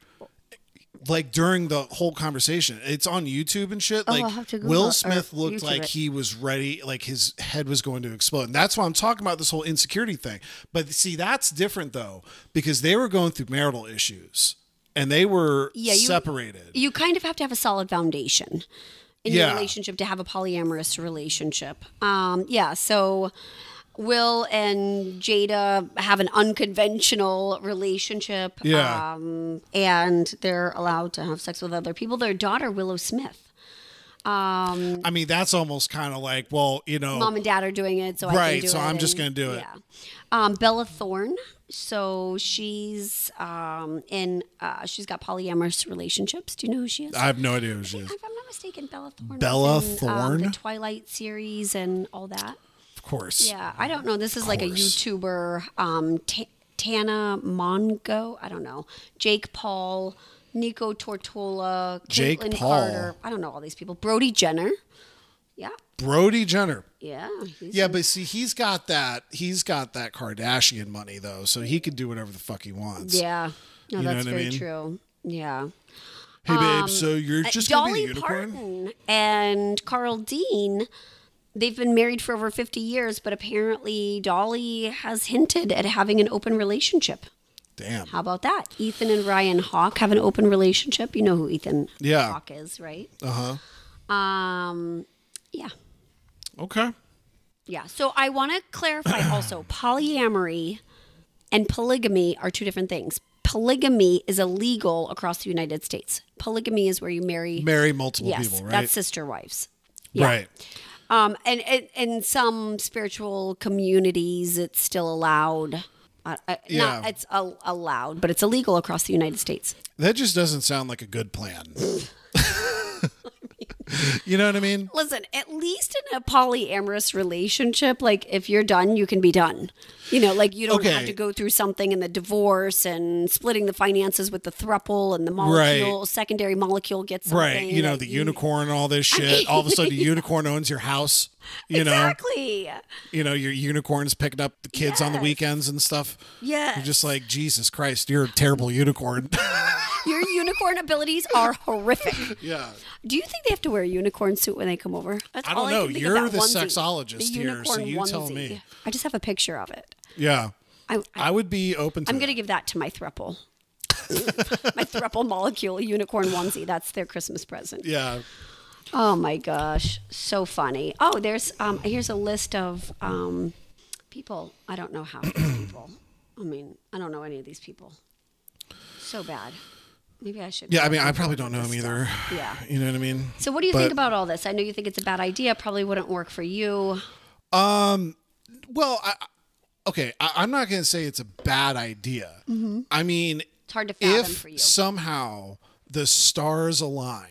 [SPEAKER 1] Like during the whole conversation, it's on YouTube and shit. Like
[SPEAKER 2] Oh, I'll have to Google it,
[SPEAKER 1] Will
[SPEAKER 2] or
[SPEAKER 1] Smith looked
[SPEAKER 2] YouTube
[SPEAKER 1] like
[SPEAKER 2] it.
[SPEAKER 1] he was ready, like his head was going to explode, and that's why I'm talking about this whole insecurity thing. But see, that's different though because they were going through marital issues and they were
[SPEAKER 2] Yeah, you-
[SPEAKER 1] separated.
[SPEAKER 2] you kind of have to have a solid foundation in
[SPEAKER 1] Yeah.
[SPEAKER 2] your relationship to have a polyamorous relationship. Um, yeah, so Will and Jada have an unconventional relationship.
[SPEAKER 1] Yeah.
[SPEAKER 2] Um, and they're allowed to have sex with other people. Their daughter, Willow Smith. Um,
[SPEAKER 1] I mean, that's almost kind of like, well, you know,
[SPEAKER 2] Mom and dad are doing it, so I can
[SPEAKER 1] Right,
[SPEAKER 2] do
[SPEAKER 1] so
[SPEAKER 2] it,
[SPEAKER 1] I'm just
[SPEAKER 2] and-
[SPEAKER 1] gonna do it.
[SPEAKER 2] Yeah. Um, Bella Thorne. So she's um, in. Uh, she's got polyamorous relationships. Do you know who she is?
[SPEAKER 1] I have no idea who she is.
[SPEAKER 2] if I'm not mistaken, Bella Thorne. was
[SPEAKER 1] Bella
[SPEAKER 2] in, um, the
[SPEAKER 1] Thorne?
[SPEAKER 2] Twilight series and all that.
[SPEAKER 1] Of course.
[SPEAKER 2] Yeah, I don't know. This is like a
[SPEAKER 1] course.
[SPEAKER 2] YouTuber, um, Ta- Tana Mongo. I don't know. Jake Paul, Nico Tortola,
[SPEAKER 1] Jake
[SPEAKER 2] Caitlin
[SPEAKER 1] Paul.
[SPEAKER 2] Carter. I don't know all these people. Brody Jenner. Yeah,
[SPEAKER 1] Brody Jenner.
[SPEAKER 2] yeah. he's-
[SPEAKER 1] Yeah, but see, he's got that. He's got that Kardashian money though, so he can do whatever the fuck he wants.
[SPEAKER 2] Yeah. No,
[SPEAKER 1] You know
[SPEAKER 2] that's
[SPEAKER 1] what I
[SPEAKER 2] very
[SPEAKER 1] mean?
[SPEAKER 2] true. Yeah.
[SPEAKER 1] Hey, babe. so you're just gonna be a
[SPEAKER 2] Um, uh, Dolly
[SPEAKER 1] unicorn?
[SPEAKER 2] Parton and Carl Dean, they've been married for over 50 years, but apparently Dolly has hinted at having an open relationship.
[SPEAKER 1] Damn.
[SPEAKER 2] How about that? Ethan and Ryan Hawke have an open relationship. You know who Ethan
[SPEAKER 1] Yeah.
[SPEAKER 2] Hawke is, right?
[SPEAKER 1] Uh
[SPEAKER 2] Um, yeah.
[SPEAKER 1] huh. Okay.
[SPEAKER 2] Yeah. So I want to clarify also polyamory and polygamy are two different things. Polygamy is illegal across the United States. Polygamy is where you marry
[SPEAKER 1] Marry multiple
[SPEAKER 2] yes,
[SPEAKER 1] people, right?
[SPEAKER 2] that's sister wives. yeah.
[SPEAKER 1] Right.
[SPEAKER 2] Um, and and in some spiritual communities, it's still allowed. Uh, uh,
[SPEAKER 1] Yeah.
[SPEAKER 2] Not it's al- allowed, but it's illegal across the United States.
[SPEAKER 1] That just doesn't sound like a good plan. you know what I mean?
[SPEAKER 2] Listen, at least in a polyamorous relationship, like if you're done, you can be done. You know, like you don't have
[SPEAKER 1] Okay.
[SPEAKER 2] to go through something in the divorce and splitting the finances with the thruple and the molecule, secondary molecule gets something
[SPEAKER 1] Right. You know
[SPEAKER 2] that
[SPEAKER 1] the unicorn and all this shit. all of a sudden, a unicorn owns your house. You
[SPEAKER 2] Exactly.
[SPEAKER 1] know. You know your unicorns picking up the kids on the
[SPEAKER 2] Yes.
[SPEAKER 1] weekends and stuff.
[SPEAKER 2] Yeah.
[SPEAKER 1] You're just like Jesus Christ. You're a terrible unicorn.
[SPEAKER 2] Your unicorn abilities are horrific.
[SPEAKER 1] yeah.
[SPEAKER 2] Do you think they have to wear a unicorn suit when they come over? That's
[SPEAKER 1] I
[SPEAKER 2] all
[SPEAKER 1] don't know.
[SPEAKER 2] can think
[SPEAKER 1] You're
[SPEAKER 2] of, that
[SPEAKER 1] the
[SPEAKER 2] onesie.
[SPEAKER 1] sexologist
[SPEAKER 2] The
[SPEAKER 1] here, so
[SPEAKER 2] unicorn
[SPEAKER 1] you tell
[SPEAKER 2] onesie.
[SPEAKER 1] me.
[SPEAKER 2] I just have a picture of it.
[SPEAKER 1] Yeah.
[SPEAKER 2] I, I,
[SPEAKER 1] I would be open to
[SPEAKER 2] I'm going to
[SPEAKER 1] it.
[SPEAKER 2] give that to my thruple. my thruple molecule unicorn onesie. That's their Christmas present.
[SPEAKER 1] Yeah.
[SPEAKER 2] Oh my gosh, so funny. Oh, there's um, here's a list of um, people. I don't know half these people. I mean, I don't know any of these people. So bad. Maybe I should.
[SPEAKER 1] Yeah, I mean, I probably don't know him either.
[SPEAKER 2] Yeah.
[SPEAKER 1] You know what I mean?
[SPEAKER 2] So, what do you
[SPEAKER 1] But-
[SPEAKER 2] think about all this? I know you think it's a bad idea. Probably wouldn't work for you.
[SPEAKER 1] Well, I, I- okay, I, I'm not going to say it's a bad idea.
[SPEAKER 2] Mm-hmm.
[SPEAKER 1] I mean,
[SPEAKER 2] It's hard to fathom
[SPEAKER 1] if
[SPEAKER 2] for you.
[SPEAKER 1] somehow the stars align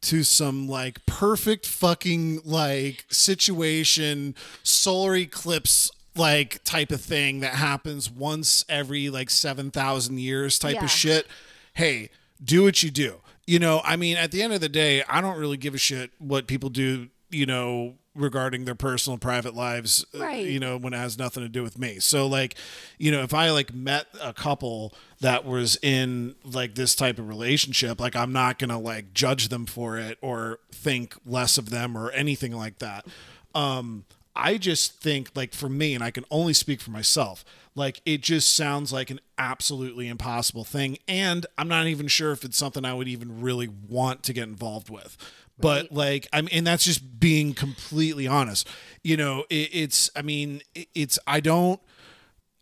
[SPEAKER 1] to some like perfect fucking like situation, solar eclipse like type of thing that happens once every like 7,000 years type
[SPEAKER 2] Yeah.
[SPEAKER 1] of shit. Hey, do what you do. You know, I mean, at the end of the day, I don't really give a shit what people do, you know, regarding their personal private lives, uh,
[SPEAKER 2] Right.
[SPEAKER 1] you know, when it has nothing to do with me. So like, you know, if I like met a couple that was in like this type of relationship, like I'm not going to like judge them for it or think less of them or anything like that. Um I just think like for me and I can only speak for myself, like it just sounds like an absolutely impossible thing and I'm not even sure if it's something I would even really want to get involved with but like i'm and that's just being completely honest you know it, it's i mean it, it's i don't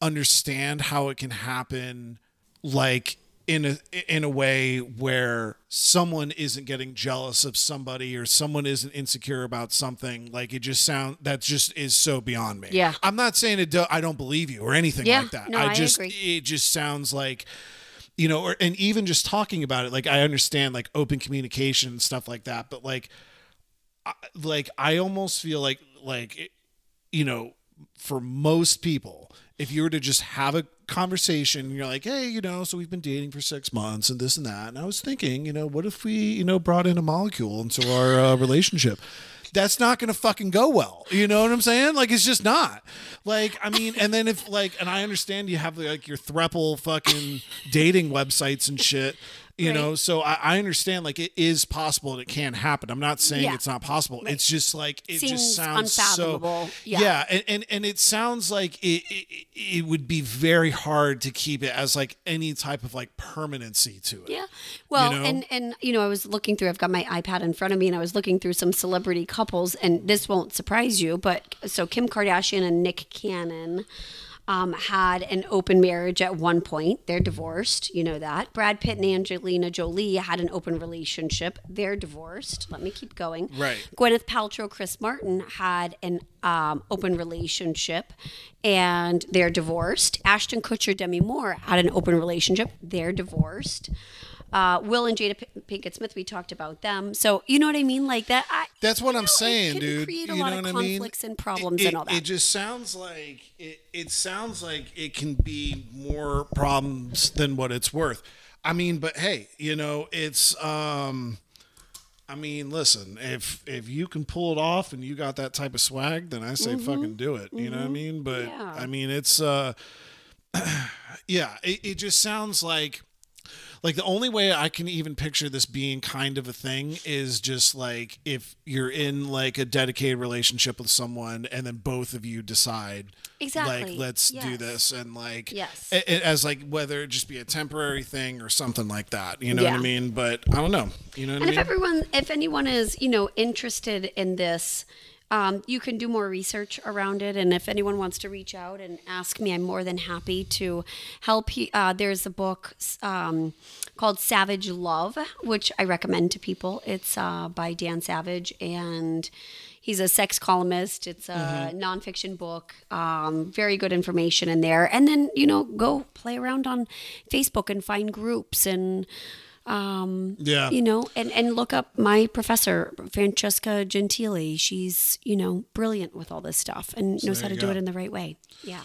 [SPEAKER 1] understand how it can happen like in a in a way where someone isn't getting jealous of somebody or someone isn't insecure about something like it just sound that just is so beyond me
[SPEAKER 2] Yeah.
[SPEAKER 1] i'm not saying it do, i don't believe you or anything
[SPEAKER 2] Yeah,
[SPEAKER 1] like that
[SPEAKER 2] no, I
[SPEAKER 1] just
[SPEAKER 2] agree.
[SPEAKER 1] it just sounds like you know, or and even just talking about it, like I understand like open communication and stuff like that, but like, I, like I almost feel like like it- you know, for most people, if you were to just have a conversation, you're like, hey, you know, so we've been dating for six months and this and that, and I was thinking, you know, what if we, you know, brought in a molecule into our uh, relationship? That's not going to fucking go well. You know what I'm saying? Like it's just not. Like I mean, and then if like, and I understand you have like your threple fucking dating websites and shit. You
[SPEAKER 2] Right.
[SPEAKER 1] know, so I, I understand like it is possible and it can happen. I'm not saying
[SPEAKER 2] Yeah.
[SPEAKER 1] it's not possible. It's just like it just
[SPEAKER 2] Seems
[SPEAKER 1] sounds
[SPEAKER 2] unfathomable.
[SPEAKER 1] so
[SPEAKER 2] Yeah.
[SPEAKER 1] and, and and it sounds like it, it it would be very hard to keep it as like any type of like permanency to it.
[SPEAKER 2] Yeah. Well,
[SPEAKER 1] know?
[SPEAKER 2] and and you know, I was looking through. I've got my iPad in front of me, and I was looking through some celebrity couples. And this won't surprise you, but so Kim Kardashian and Nick Cannon um, had an open marriage at one point. They're divorced. You know that. Brad Pitt and Angelina Jolie had an open relationship. They're divorced. Let me keep going.
[SPEAKER 1] Right.
[SPEAKER 2] Gwyneth Paltrow, Chris Martin had an um, open relationship and they're divorced. Ashton Kutcher, Demi Moore had an open relationship. They're divorced. Uh, Will and Jada P- Pinkett Smith, we talked about them. So, you know what I mean? Like that. I,
[SPEAKER 1] That's what I'm saying,
[SPEAKER 2] can
[SPEAKER 1] dude.
[SPEAKER 2] create a
[SPEAKER 1] you
[SPEAKER 2] lot
[SPEAKER 1] know
[SPEAKER 2] of
[SPEAKER 1] what I mean?
[SPEAKER 2] conflicts and problems
[SPEAKER 1] it,
[SPEAKER 2] and all
[SPEAKER 1] It
[SPEAKER 2] that.
[SPEAKER 1] just sounds like it, it sounds like it can be more problems than what it's worth. I mean, but hey, you know, it's um I mean, listen, if if you can pull it off and you got that type of swag, then I say fucking do it. You know what I mean? But
[SPEAKER 2] Mm-hmm. Yeah.
[SPEAKER 1] I mean, it's uh yeah, it, it just sounds like like the only way I can even picture this being kind of a thing is just like if you're in like a dedicated relationship with someone and then both of you decide
[SPEAKER 2] Exactly.
[SPEAKER 1] like let's do
[SPEAKER 2] Yes.
[SPEAKER 1] this and like
[SPEAKER 2] Yes.
[SPEAKER 1] a- a- as like whether it just be a temporary thing or something like that you know what I
[SPEAKER 2] Yeah.
[SPEAKER 1] mean but I don't know you know what I
[SPEAKER 2] and if
[SPEAKER 1] mean
[SPEAKER 2] everyone, if anyone is, you know, interested in this, um, you can do more research around it. And if anyone wants to reach out and ask me, I'm more than happy to help. You. Uh, there's a book um, called Savage Love, which I recommend to people. It's uh, by Dan Savage, and he's a sex columnist. It's a
[SPEAKER 1] Mm-hmm.
[SPEAKER 2] nonfiction book. Um, very good information in there. And then, you know, go play around on Facebook and find groups and
[SPEAKER 1] yeah
[SPEAKER 2] you know and and look up my professor francesca gentili she's you know brilliant with all this stuff and knows
[SPEAKER 1] there
[SPEAKER 2] how to
[SPEAKER 1] you
[SPEAKER 2] do
[SPEAKER 1] go.
[SPEAKER 2] it in the right way yeah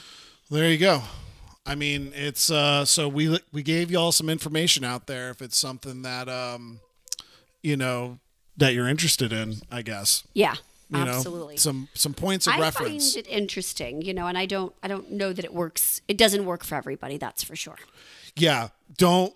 [SPEAKER 1] There you go. I mean, it's uh so we we gave y'all some information out there if it's something that um you know that you're interested in, I guess.
[SPEAKER 2] yeah
[SPEAKER 1] You
[SPEAKER 2] absolutely
[SPEAKER 1] know, some some points of
[SPEAKER 2] i
[SPEAKER 1] reference.
[SPEAKER 2] find it interesting you know and i don't i don't know that it works it doesn't work for everybody that's for sure
[SPEAKER 1] yeah. Don't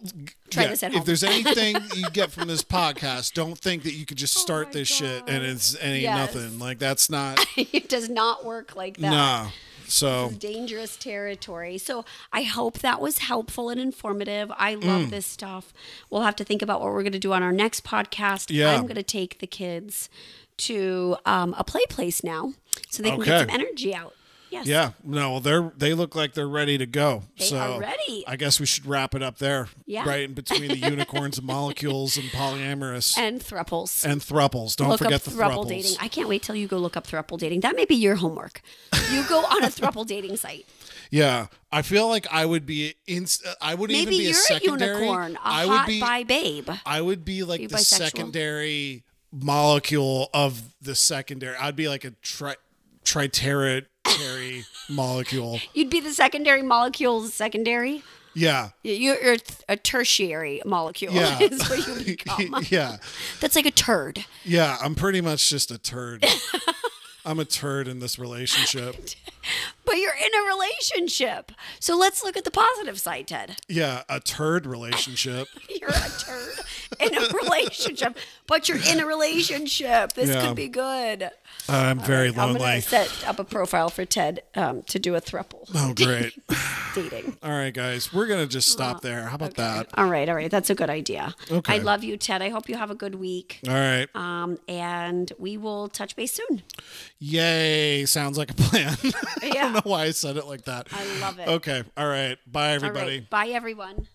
[SPEAKER 2] Try
[SPEAKER 1] yeah,
[SPEAKER 2] this at
[SPEAKER 1] If
[SPEAKER 2] home.
[SPEAKER 1] there's anything you get from this podcast, don't think that you could just start
[SPEAKER 2] Oh my
[SPEAKER 1] this shit and it's and ain't
[SPEAKER 2] Yes.
[SPEAKER 1] nothing. Like that's not
[SPEAKER 2] it does not work like that
[SPEAKER 1] nah. So
[SPEAKER 2] dangerous territory. So I hope that was helpful and informative. I
[SPEAKER 1] Mm.
[SPEAKER 2] love this stuff. We'll have to think about what we're going to do on our next podcast.
[SPEAKER 1] Yeah.
[SPEAKER 2] I'm going to take the kids to um, a play place now so they can get
[SPEAKER 1] Okay.
[SPEAKER 2] some energy out. Yes.
[SPEAKER 1] yeah, no, well, they're they look like they're ready to go.
[SPEAKER 2] They
[SPEAKER 1] so
[SPEAKER 2] are ready.
[SPEAKER 1] I guess we should wrap it up there.
[SPEAKER 2] Yeah.
[SPEAKER 1] Right in between the unicorns and molecules and polyamorous and,
[SPEAKER 2] And thruples.
[SPEAKER 1] thruples. Don't
[SPEAKER 2] look
[SPEAKER 1] forget
[SPEAKER 2] up
[SPEAKER 1] the
[SPEAKER 2] thruple
[SPEAKER 1] thruples.
[SPEAKER 2] dating. I can't wait till you go look up thruple dating. That may be your homework. You go on a thruple dating site.
[SPEAKER 1] Yeah, I feel like I would be in. I would even
[SPEAKER 2] Maybe
[SPEAKER 1] be
[SPEAKER 2] you're
[SPEAKER 1] a
[SPEAKER 2] a,
[SPEAKER 1] secondary.
[SPEAKER 2] unicorn, a
[SPEAKER 1] I
[SPEAKER 2] hot
[SPEAKER 1] would be.
[SPEAKER 2] bi babe.
[SPEAKER 1] I would be like
[SPEAKER 2] you
[SPEAKER 1] the
[SPEAKER 2] bisexual?
[SPEAKER 1] secondary molecule of the secondary. I'd be like a tri- triteratory molecule.
[SPEAKER 2] You'd be the secondary molecule's secondary.
[SPEAKER 1] Yeah.
[SPEAKER 2] You're, you're a tertiary molecule.
[SPEAKER 1] Yeah.
[SPEAKER 2] Is what you become.
[SPEAKER 1] yeah.
[SPEAKER 2] That's like a turd.
[SPEAKER 1] Yeah. I'm pretty much just a turd. I'm a turd in this relationship.
[SPEAKER 2] But you're in a relationship. So let's look at the positive side, Ted.
[SPEAKER 1] Yeah, a turd relationship.
[SPEAKER 2] You're a turd in a relationship, but you're in a relationship. This
[SPEAKER 1] Yeah. Oh,
[SPEAKER 2] could be good.
[SPEAKER 1] I'm very
[SPEAKER 2] I'm going
[SPEAKER 1] lonely.
[SPEAKER 2] to set up a profile for Ted um, to do a thruple
[SPEAKER 1] Oh, great.
[SPEAKER 2] dating.
[SPEAKER 1] All right, guys. We're going to just stop there. How about that?
[SPEAKER 2] All right, all right. That's a good idea.
[SPEAKER 1] Okay.
[SPEAKER 2] I love you, Ted. I hope you have a good week.
[SPEAKER 1] All right.
[SPEAKER 2] Um, and we will touch base soon.
[SPEAKER 1] Yay. Sounds like a plan. I
[SPEAKER 2] Yeah.
[SPEAKER 1] don't know why I said it like that.
[SPEAKER 2] I love it.
[SPEAKER 1] Okay. All right. Bye,
[SPEAKER 2] All
[SPEAKER 1] everybody.
[SPEAKER 2] right. Bye, everyone.